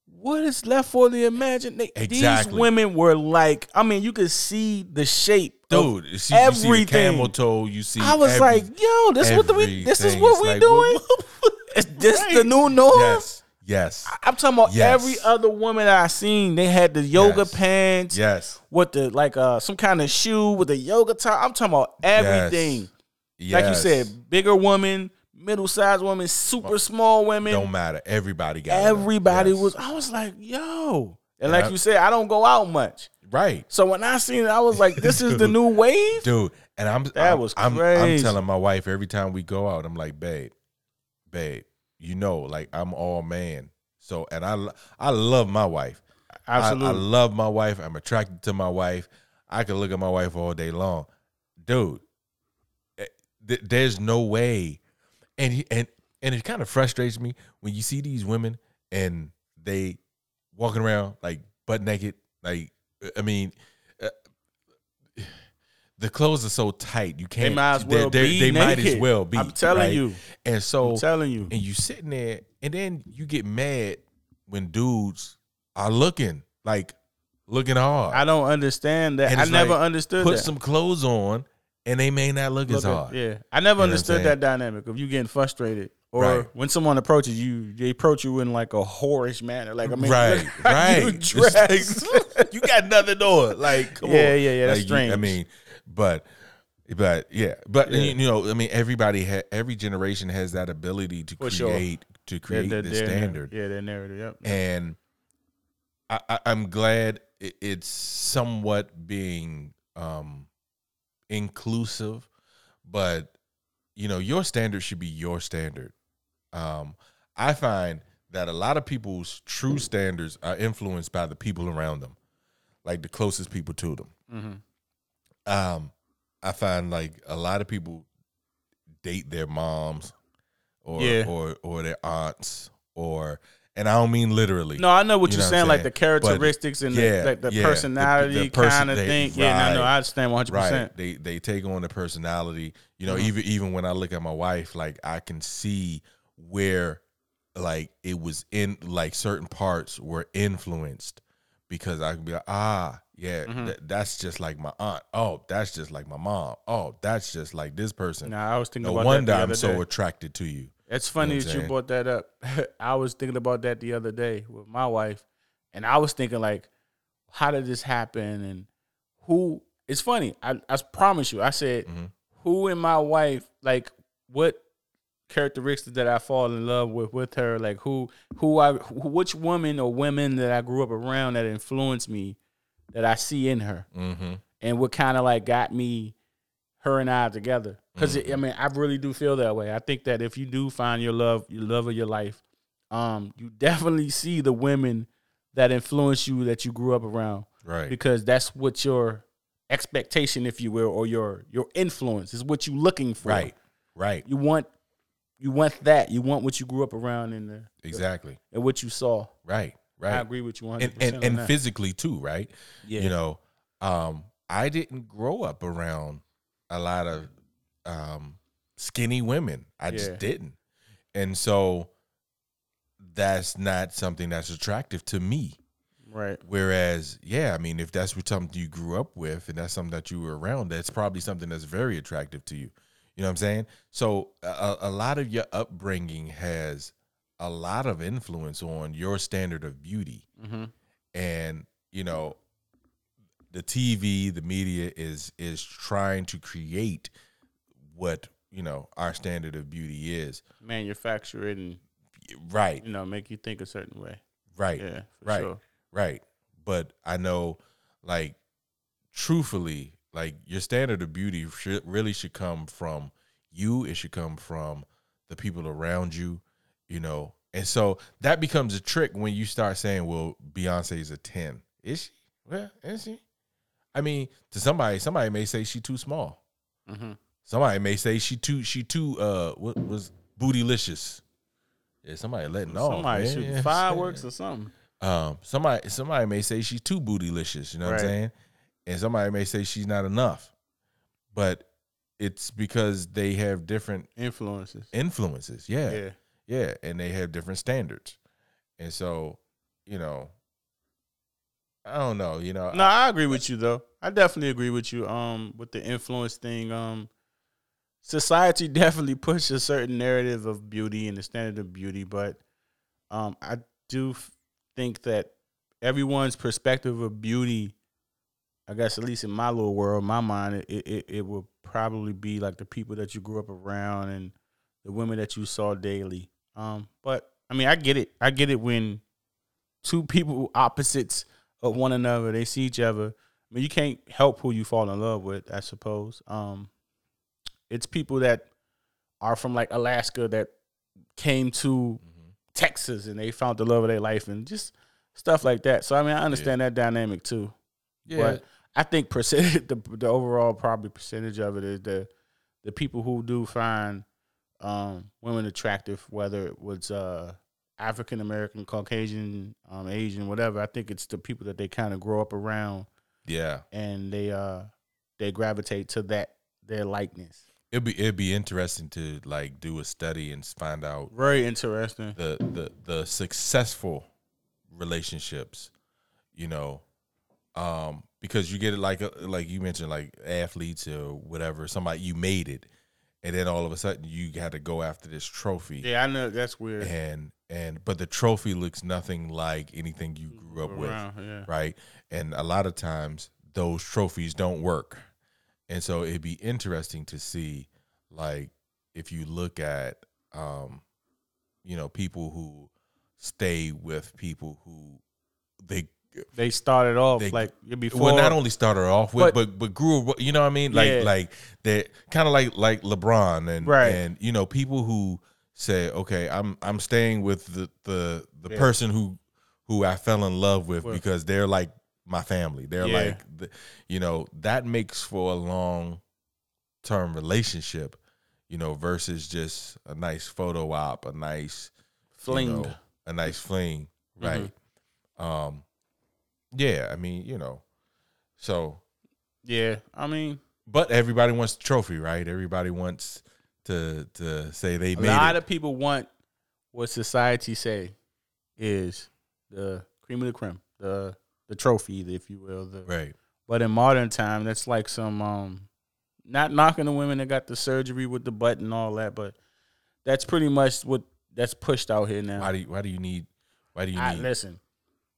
[SPEAKER 1] what is left for the imagination? These
[SPEAKER 2] Exactly.
[SPEAKER 1] women were like, I mean, you could see the shape. of-
[SPEAKER 2] Dude, you see, you see the
[SPEAKER 1] oh, everything.
[SPEAKER 2] camel toe. You see,
[SPEAKER 1] I was
[SPEAKER 2] every-
[SPEAKER 1] like, yo, this what the we this is
[SPEAKER 2] everything.
[SPEAKER 1] what
[SPEAKER 2] It's
[SPEAKER 1] we
[SPEAKER 2] like,
[SPEAKER 1] doing? Is this the new norm?
[SPEAKER 2] yes, yes,
[SPEAKER 1] I'm talking about
[SPEAKER 2] Yes.
[SPEAKER 1] every other woman I seen. They had the yoga
[SPEAKER 2] Yes.
[SPEAKER 1] pants.
[SPEAKER 2] yes,
[SPEAKER 1] with the like uh some kind of shoe with a yoga top. I'm talking about
[SPEAKER 2] Yes.
[SPEAKER 1] everything.
[SPEAKER 2] yes.
[SPEAKER 1] Like you said, bigger woman, middle sized woman, super small
[SPEAKER 2] don't
[SPEAKER 1] women.
[SPEAKER 2] matter. Everybody got it.
[SPEAKER 1] Everybody
[SPEAKER 2] Yes.
[SPEAKER 1] was. I was like, yo. And
[SPEAKER 2] Yeah.
[SPEAKER 1] like you said, I don't go out much.
[SPEAKER 2] right,
[SPEAKER 1] So when I seen it, I was like, this is the new wave.
[SPEAKER 2] dude. And I'm
[SPEAKER 1] That
[SPEAKER 2] I'm,
[SPEAKER 1] was
[SPEAKER 2] I'm, I'm
[SPEAKER 1] crazy.
[SPEAKER 2] telling my wife every time we go out, I'm like, babe, babe, you know, like I'm all man. So and I lo- I love my wife. I- I,
[SPEAKER 1] Absolutely.
[SPEAKER 2] love my wife. I'm attracted to my wife. I can look at my wife all day long, dude. eh, th- there's no way, and he- and and it kind of frustrates me when you see these women and they walking around like butt naked. Like eh, I mean, uh, the clothes are so tight you can't.
[SPEAKER 1] might as well be
[SPEAKER 2] They might as
[SPEAKER 1] naked.
[SPEAKER 2] well be.
[SPEAKER 1] I'm telling
[SPEAKER 2] right?
[SPEAKER 1] you.
[SPEAKER 2] And so
[SPEAKER 1] I'm telling you.
[SPEAKER 2] and you sitting there, and then you get mad when dudes are looking like looking hard.
[SPEAKER 1] I don't understand that.
[SPEAKER 2] And
[SPEAKER 1] I
[SPEAKER 2] it's
[SPEAKER 1] never
[SPEAKER 2] like,
[SPEAKER 1] understood
[SPEAKER 2] Put
[SPEAKER 1] that.
[SPEAKER 2] some clothes on, and they may not look, as
[SPEAKER 1] Look at-
[SPEAKER 2] hard.
[SPEAKER 1] Yeah, I never
[SPEAKER 2] what I'm
[SPEAKER 1] understood
[SPEAKER 2] saying?
[SPEAKER 1] that dynamic of you getting frustrated or
[SPEAKER 2] Right.
[SPEAKER 1] when someone approaches you, they approach you in like a whorish manner. Like I mean,
[SPEAKER 2] Right,
[SPEAKER 1] look how
[SPEAKER 2] right.
[SPEAKER 1] you
[SPEAKER 2] It's
[SPEAKER 1] dress.
[SPEAKER 2] like, you got nothing on. Like, come
[SPEAKER 1] Yeah,
[SPEAKER 2] on.
[SPEAKER 1] yeah, yeah, that's
[SPEAKER 2] Like, you- I
[SPEAKER 1] strange.
[SPEAKER 2] mean, but, but yeah, but
[SPEAKER 1] Yeah.
[SPEAKER 2] You, you know, I mean, everybody, ha- every generation has that ability to
[SPEAKER 1] For
[SPEAKER 2] create
[SPEAKER 1] sure.
[SPEAKER 2] to create
[SPEAKER 1] Their-
[SPEAKER 2] the
[SPEAKER 1] their- their narrative.
[SPEAKER 2] standard.
[SPEAKER 1] Yeah, their narrative. Yep.
[SPEAKER 2] and I, I, I'm glad i- it's somewhat being um, inclusive, but you know your standard should be your standard. Um, I find that a lot of people's true standards are influenced by the people around them, like the closest people to them.
[SPEAKER 1] Mm-hmm.
[SPEAKER 2] Um, I find like a lot of people date their moms or
[SPEAKER 1] Yeah.
[SPEAKER 2] or or their aunts or and I don't mean literally.
[SPEAKER 1] No, I know what
[SPEAKER 2] You
[SPEAKER 1] you're
[SPEAKER 2] know what I'm
[SPEAKER 1] saying, like the
[SPEAKER 2] saying?
[SPEAKER 1] characteristics and
[SPEAKER 2] yeah,
[SPEAKER 1] the, like the
[SPEAKER 2] yeah, the- the
[SPEAKER 1] personality
[SPEAKER 2] person-
[SPEAKER 1] kind of
[SPEAKER 2] they-
[SPEAKER 1] thing. yeah, no, no,
[SPEAKER 2] right.
[SPEAKER 1] I understand 100.
[SPEAKER 2] right
[SPEAKER 1] percent
[SPEAKER 2] they they take on the personality you know
[SPEAKER 1] Mhm.
[SPEAKER 2] even even when i look at my wife like i can see where like it was in like certain parts were influenced because i can be like ah yeah
[SPEAKER 1] Mhm.
[SPEAKER 2] tha- that's just like my aunt oh that's just like my mom oh that's just like this person
[SPEAKER 1] Nah, I was thinking
[SPEAKER 2] no
[SPEAKER 1] about
[SPEAKER 2] wonder
[SPEAKER 1] that the
[SPEAKER 2] i'm
[SPEAKER 1] other
[SPEAKER 2] so
[SPEAKER 1] day.
[SPEAKER 2] attracted to you
[SPEAKER 1] It's funny
[SPEAKER 2] You know what
[SPEAKER 1] that
[SPEAKER 2] I'm
[SPEAKER 1] you
[SPEAKER 2] saying?
[SPEAKER 1] brought that up. I was thinking about that the other day with my wife, and I was thinking like, how did this happen? And who? It's funny. I I promise you. I said,
[SPEAKER 2] Mhm.
[SPEAKER 1] who in my wife? Like, what characteristics that I fall in love with with her? Like, who who I who, which woman or women that I grew up around that influenced me that I see in her?
[SPEAKER 2] mm-hmm
[SPEAKER 1] and what kind of like got me her and I together. because I
[SPEAKER 2] Mm-hmm.
[SPEAKER 1] mean, I really do feel that way. I think that if you do find your love, your love of your life, um, you definitely see the women that influence you that you grew up around
[SPEAKER 2] right
[SPEAKER 1] because that's what your expectation, if you will, or your your influence is what you're looking for.
[SPEAKER 2] right right
[SPEAKER 1] You want you want that. You want what you grew up around in there
[SPEAKER 2] exactly
[SPEAKER 1] and what you saw.
[SPEAKER 2] right right
[SPEAKER 1] I agree with you 100.
[SPEAKER 2] and and, and physically too right
[SPEAKER 1] yeah,
[SPEAKER 2] you know um, I didn't grow up around a lot of um, skinny women. I
[SPEAKER 1] Yeah.
[SPEAKER 2] just didn't, and so that's not something that's attractive to me.
[SPEAKER 1] Right.
[SPEAKER 2] Whereas, yeah, I mean, if that's what something you grew up with and that's something that you were around, that's probably something that's very attractive to you. You know what I'm saying? So a- a, a lot of your upbringing has a lot of influence on your standard of beauty,
[SPEAKER 1] Mm-hmm.
[SPEAKER 2] and you know, the TV, the media is is trying to create what you know our standard of beauty is.
[SPEAKER 1] Manufacture it and
[SPEAKER 2] Right,
[SPEAKER 1] you know make you think a certain way.
[SPEAKER 2] right.
[SPEAKER 1] Yeah, for
[SPEAKER 2] right,
[SPEAKER 1] sure.
[SPEAKER 2] right. But I know, like, truthfully, like your standard of beauty should, really should come from you. It should come from the people around you, you know. And so that becomes a trick when you start saying, "Well, Beyonce's a ten. Is she? Well, is she? I mean, to somebody, somebody may say she too small.
[SPEAKER 1] Mhm.
[SPEAKER 2] Somebody may say she too, she too, uh, what was bootylicious? Yeah, somebody letting off.
[SPEAKER 1] Somebody
[SPEAKER 2] man.
[SPEAKER 1] shooting
[SPEAKER 2] Yeah.
[SPEAKER 1] fireworks or something.
[SPEAKER 2] Um, somebody somebody may say she's too bootylicious, you know what I'm
[SPEAKER 1] Right.
[SPEAKER 2] saying? And somebody may say she's not enough. But it's because they have different
[SPEAKER 1] Influences.
[SPEAKER 2] influences. Yeah. Yeah.
[SPEAKER 1] Yeah.
[SPEAKER 2] And they have different standards. And so, you know, I don't know, you know.
[SPEAKER 1] No, I agree with you though. I definitely agree with you. Um, with the influence thing, um, society definitely pushes a certain narrative of beauty and the standard of beauty, but um, I do f- think that everyone's perspective of beauty, I guess at least in my little world, my mind, it it- it, it will probably be like the people that you grew up around and the women that you saw daily. Um, but I mean, I get it. I get it when two people opposites of one another, they see each other. I mean, you can't help who you fall in love with, I suppose. Um, it's people that are from like Alaska that came to Texas and they found the love of their life and just stuff like that. So I mean, I understand that dynamic too. But I think percentage the the overall probably percentage of it is the the people who do find um, women attractive, whether it was uh, African American, Caucasian, um, Asian, whatever. I think it's the people that they kind of grow up around
[SPEAKER 2] yeah.
[SPEAKER 1] and they uh they gravitate to that their likeness.
[SPEAKER 2] It'd be it'd be interesting to like do a study and find out
[SPEAKER 1] Very interesting.
[SPEAKER 2] the the the successful relationships, you know, um, because you get it like uh, like you mentioned, like athletes or whatever. Somebody you made it, and then all of a sudden you got to go after this trophy,
[SPEAKER 1] Yeah, I know that's weird.
[SPEAKER 2] and and but the trophy looks nothing like anything you grew up with
[SPEAKER 1] Around, yeah.
[SPEAKER 2] right? And a lot of times those trophies don't work. And so it'd be interesting to see like if you look at um you know people who stay with people who they
[SPEAKER 1] They started off
[SPEAKER 2] They-
[SPEAKER 1] like before
[SPEAKER 2] well not only started off with
[SPEAKER 1] But-
[SPEAKER 2] but but, grew up- you know what I mean like
[SPEAKER 1] Yeah.
[SPEAKER 2] like they kind of like like LeBron and
[SPEAKER 1] Right.
[SPEAKER 2] and you know people who say okay I'm I'm staying with the the the person who who I fell in love with
[SPEAKER 1] With.
[SPEAKER 2] because they're like my family they're
[SPEAKER 1] Yeah.
[SPEAKER 2] like the, you know that makes for a long term relationship you know versus just a nice photo op a nice you
[SPEAKER 1] flinged. Mm-hmm.
[SPEAKER 2] know, a nice fling, right? Um, yeah, I mean, you know, so
[SPEAKER 1] Yeah. I mean
[SPEAKER 2] but everybody wants the trophy, right? Everybody wants to to say they
[SPEAKER 1] a
[SPEAKER 2] made
[SPEAKER 1] lot
[SPEAKER 2] it.
[SPEAKER 1] of people want what society say is the cream of the creme, the the trophy, if you will. The,
[SPEAKER 2] right,
[SPEAKER 1] But in modern time, that's like some um, not knocking the women that got the surgery with the butt and all that, but that's pretty much what that's pushed out here now.
[SPEAKER 2] why do you, why do you need why do you
[SPEAKER 1] I,
[SPEAKER 2] need
[SPEAKER 1] listen,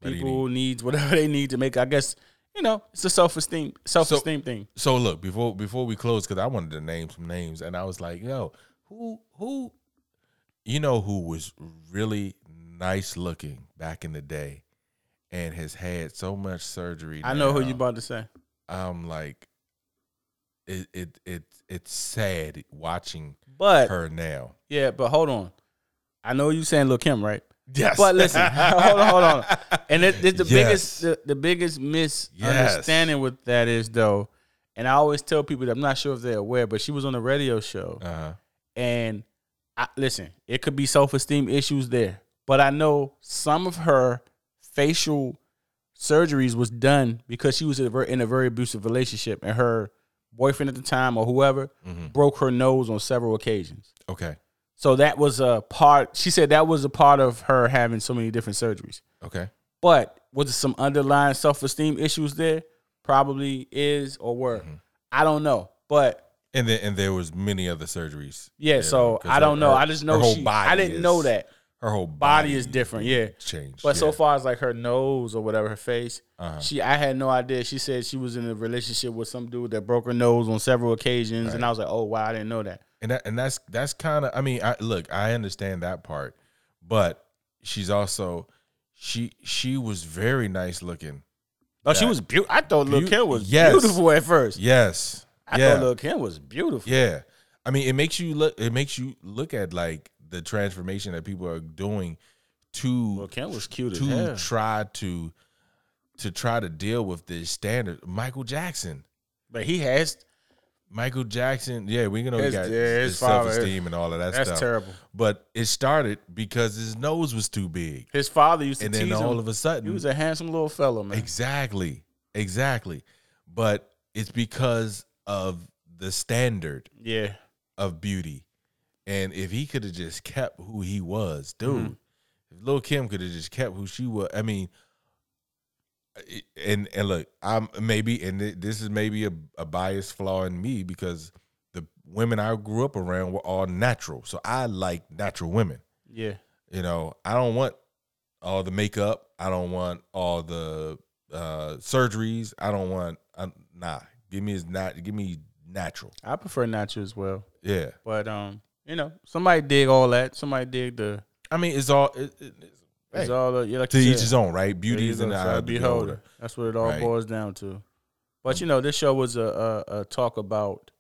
[SPEAKER 2] What do you
[SPEAKER 1] people needs whatever they need to make. I guess you know it's a self esteem self esteem thing.
[SPEAKER 2] so look before before we close because I wanted to name some names and I was like, yo, who who you know who was really nice looking back in the day and has had so much surgery.
[SPEAKER 1] I know who you
[SPEAKER 2] now?
[SPEAKER 1] about to say.
[SPEAKER 2] I'm um, like, it it it it's sad watching
[SPEAKER 1] But
[SPEAKER 2] her now.
[SPEAKER 1] yeah, but hold on. I know you saying Lil Kim, right?
[SPEAKER 2] Yes,
[SPEAKER 1] But listen, hold on, hold on. And it, it's the
[SPEAKER 2] Yes.
[SPEAKER 1] biggest the, the biggest misunderstanding with that is though, and I always tell people that I'm not sure if they're aware, but she was on a radio show
[SPEAKER 2] Uh-huh.
[SPEAKER 1] and I, listen, it could be self esteem issues there, but I know some of her facial surgeries was done because she was in a ver- in a very abusive relationship, and her boyfriend at the time or whoever broke her nose on several occasions.
[SPEAKER 2] mm-hmm, Okay.
[SPEAKER 1] So that was a part. She said that was a part of her having so many different surgeries.
[SPEAKER 2] Okay.
[SPEAKER 1] But was there some underlying self esteem issues there? Probably is or were.
[SPEAKER 2] Mm-hmm.
[SPEAKER 1] I don't know. But
[SPEAKER 2] And then and there was many other surgeries.
[SPEAKER 1] yeah,
[SPEAKER 2] there,
[SPEAKER 1] so
[SPEAKER 2] 'cause
[SPEAKER 1] I
[SPEAKER 2] her-
[SPEAKER 1] don't know.
[SPEAKER 2] her-
[SPEAKER 1] I just
[SPEAKER 2] her
[SPEAKER 1] know
[SPEAKER 2] whole
[SPEAKER 1] she. I
[SPEAKER 2] body
[SPEAKER 1] didn't
[SPEAKER 2] is-
[SPEAKER 1] know that
[SPEAKER 2] her whole body,
[SPEAKER 1] body is different. Yeah,
[SPEAKER 2] Changed.
[SPEAKER 1] but so
[SPEAKER 2] yeah.
[SPEAKER 1] far as like her nose or whatever, her face,
[SPEAKER 2] Uh-huh.
[SPEAKER 1] she I had no idea. She said she was in a relationship with some dude that broke her nose on several occasions, and I was like, oh wow, I didn't know that.
[SPEAKER 2] and that, and that's that's kind of I mean I look I understand that part, but she's also she she was very nice looking.
[SPEAKER 1] Oh, she
[SPEAKER 2] That-
[SPEAKER 1] was beautiful. I thought Lil
[SPEAKER 2] Beau-
[SPEAKER 1] Kim was
[SPEAKER 2] Yes.
[SPEAKER 1] beautiful at first.
[SPEAKER 2] Yes.
[SPEAKER 1] I
[SPEAKER 2] yeah.
[SPEAKER 1] thought Lil Kim was beautiful.
[SPEAKER 2] yeah. I mean it makes you look it makes you look at like the transformation that people are doing to
[SPEAKER 1] Lil Kim was cute as
[SPEAKER 2] to
[SPEAKER 1] hell.
[SPEAKER 2] try to to try to deal with this standard. Michael Jackson.
[SPEAKER 1] But he has
[SPEAKER 2] Michael Jackson, yeah, we know he
[SPEAKER 1] His-
[SPEAKER 2] got
[SPEAKER 1] yeah, his
[SPEAKER 2] his
[SPEAKER 1] father,
[SPEAKER 2] self esteem and all of that
[SPEAKER 1] that's
[SPEAKER 2] stuff.
[SPEAKER 1] terrible.
[SPEAKER 2] But it started because his nose was too big.
[SPEAKER 1] His father used to
[SPEAKER 2] and
[SPEAKER 1] tease
[SPEAKER 2] then
[SPEAKER 1] him.
[SPEAKER 2] all of a sudden
[SPEAKER 1] he was a handsome little fellow, man.
[SPEAKER 2] exactly exactly but it's because of the standard
[SPEAKER 1] Yeah,
[SPEAKER 2] of beauty and if he could have just kept who he was dude if lil kim could have just kept who she was i mean it- and and look i'm maybe and thi- this is maybe a, a bias flaw in me because the women i grew up around were all natural so i like natural women
[SPEAKER 1] yeah.
[SPEAKER 2] you know, I don't want all the makeup. I don't want all the uh, surgeries. I don't want. i nah, give me is not. Give me natural.
[SPEAKER 1] I prefer Nacho as well,
[SPEAKER 2] Yeah.
[SPEAKER 1] but um, you know, somebody dig all that. Somebody dig the.
[SPEAKER 2] I mean, it's all it, it, it's
[SPEAKER 1] It's
[SPEAKER 2] Hey.
[SPEAKER 1] all the yeah, like
[SPEAKER 2] to
[SPEAKER 1] you
[SPEAKER 2] each
[SPEAKER 1] said.
[SPEAKER 2] his own, right? Beauty
[SPEAKER 1] There
[SPEAKER 2] is
[SPEAKER 1] you
[SPEAKER 2] in the
[SPEAKER 1] go,
[SPEAKER 2] eye
[SPEAKER 1] so
[SPEAKER 2] of the
[SPEAKER 1] beholder.
[SPEAKER 2] beholder.
[SPEAKER 1] That's what it all
[SPEAKER 2] Right. Mm.
[SPEAKER 1] boils down to. But you know, this show was a, a, a talk about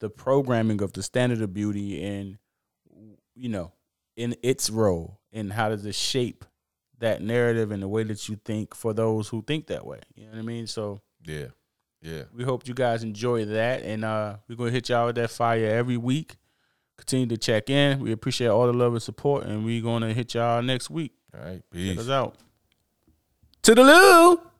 [SPEAKER 1] the programming of the standard of beauty and you know, in its role and how does it shape that narrative and the way that you think for those who think that way. You know what I mean? So
[SPEAKER 2] Yeah, yeah.
[SPEAKER 1] we hope you guys enjoy that and uh we're gonna hit y'all with that fire every week. Continue to check in. We appreciate all the love and support and we're gonna hit y'all next week.
[SPEAKER 2] All right.
[SPEAKER 1] Check
[SPEAKER 2] Peace.
[SPEAKER 1] us out. To the loo.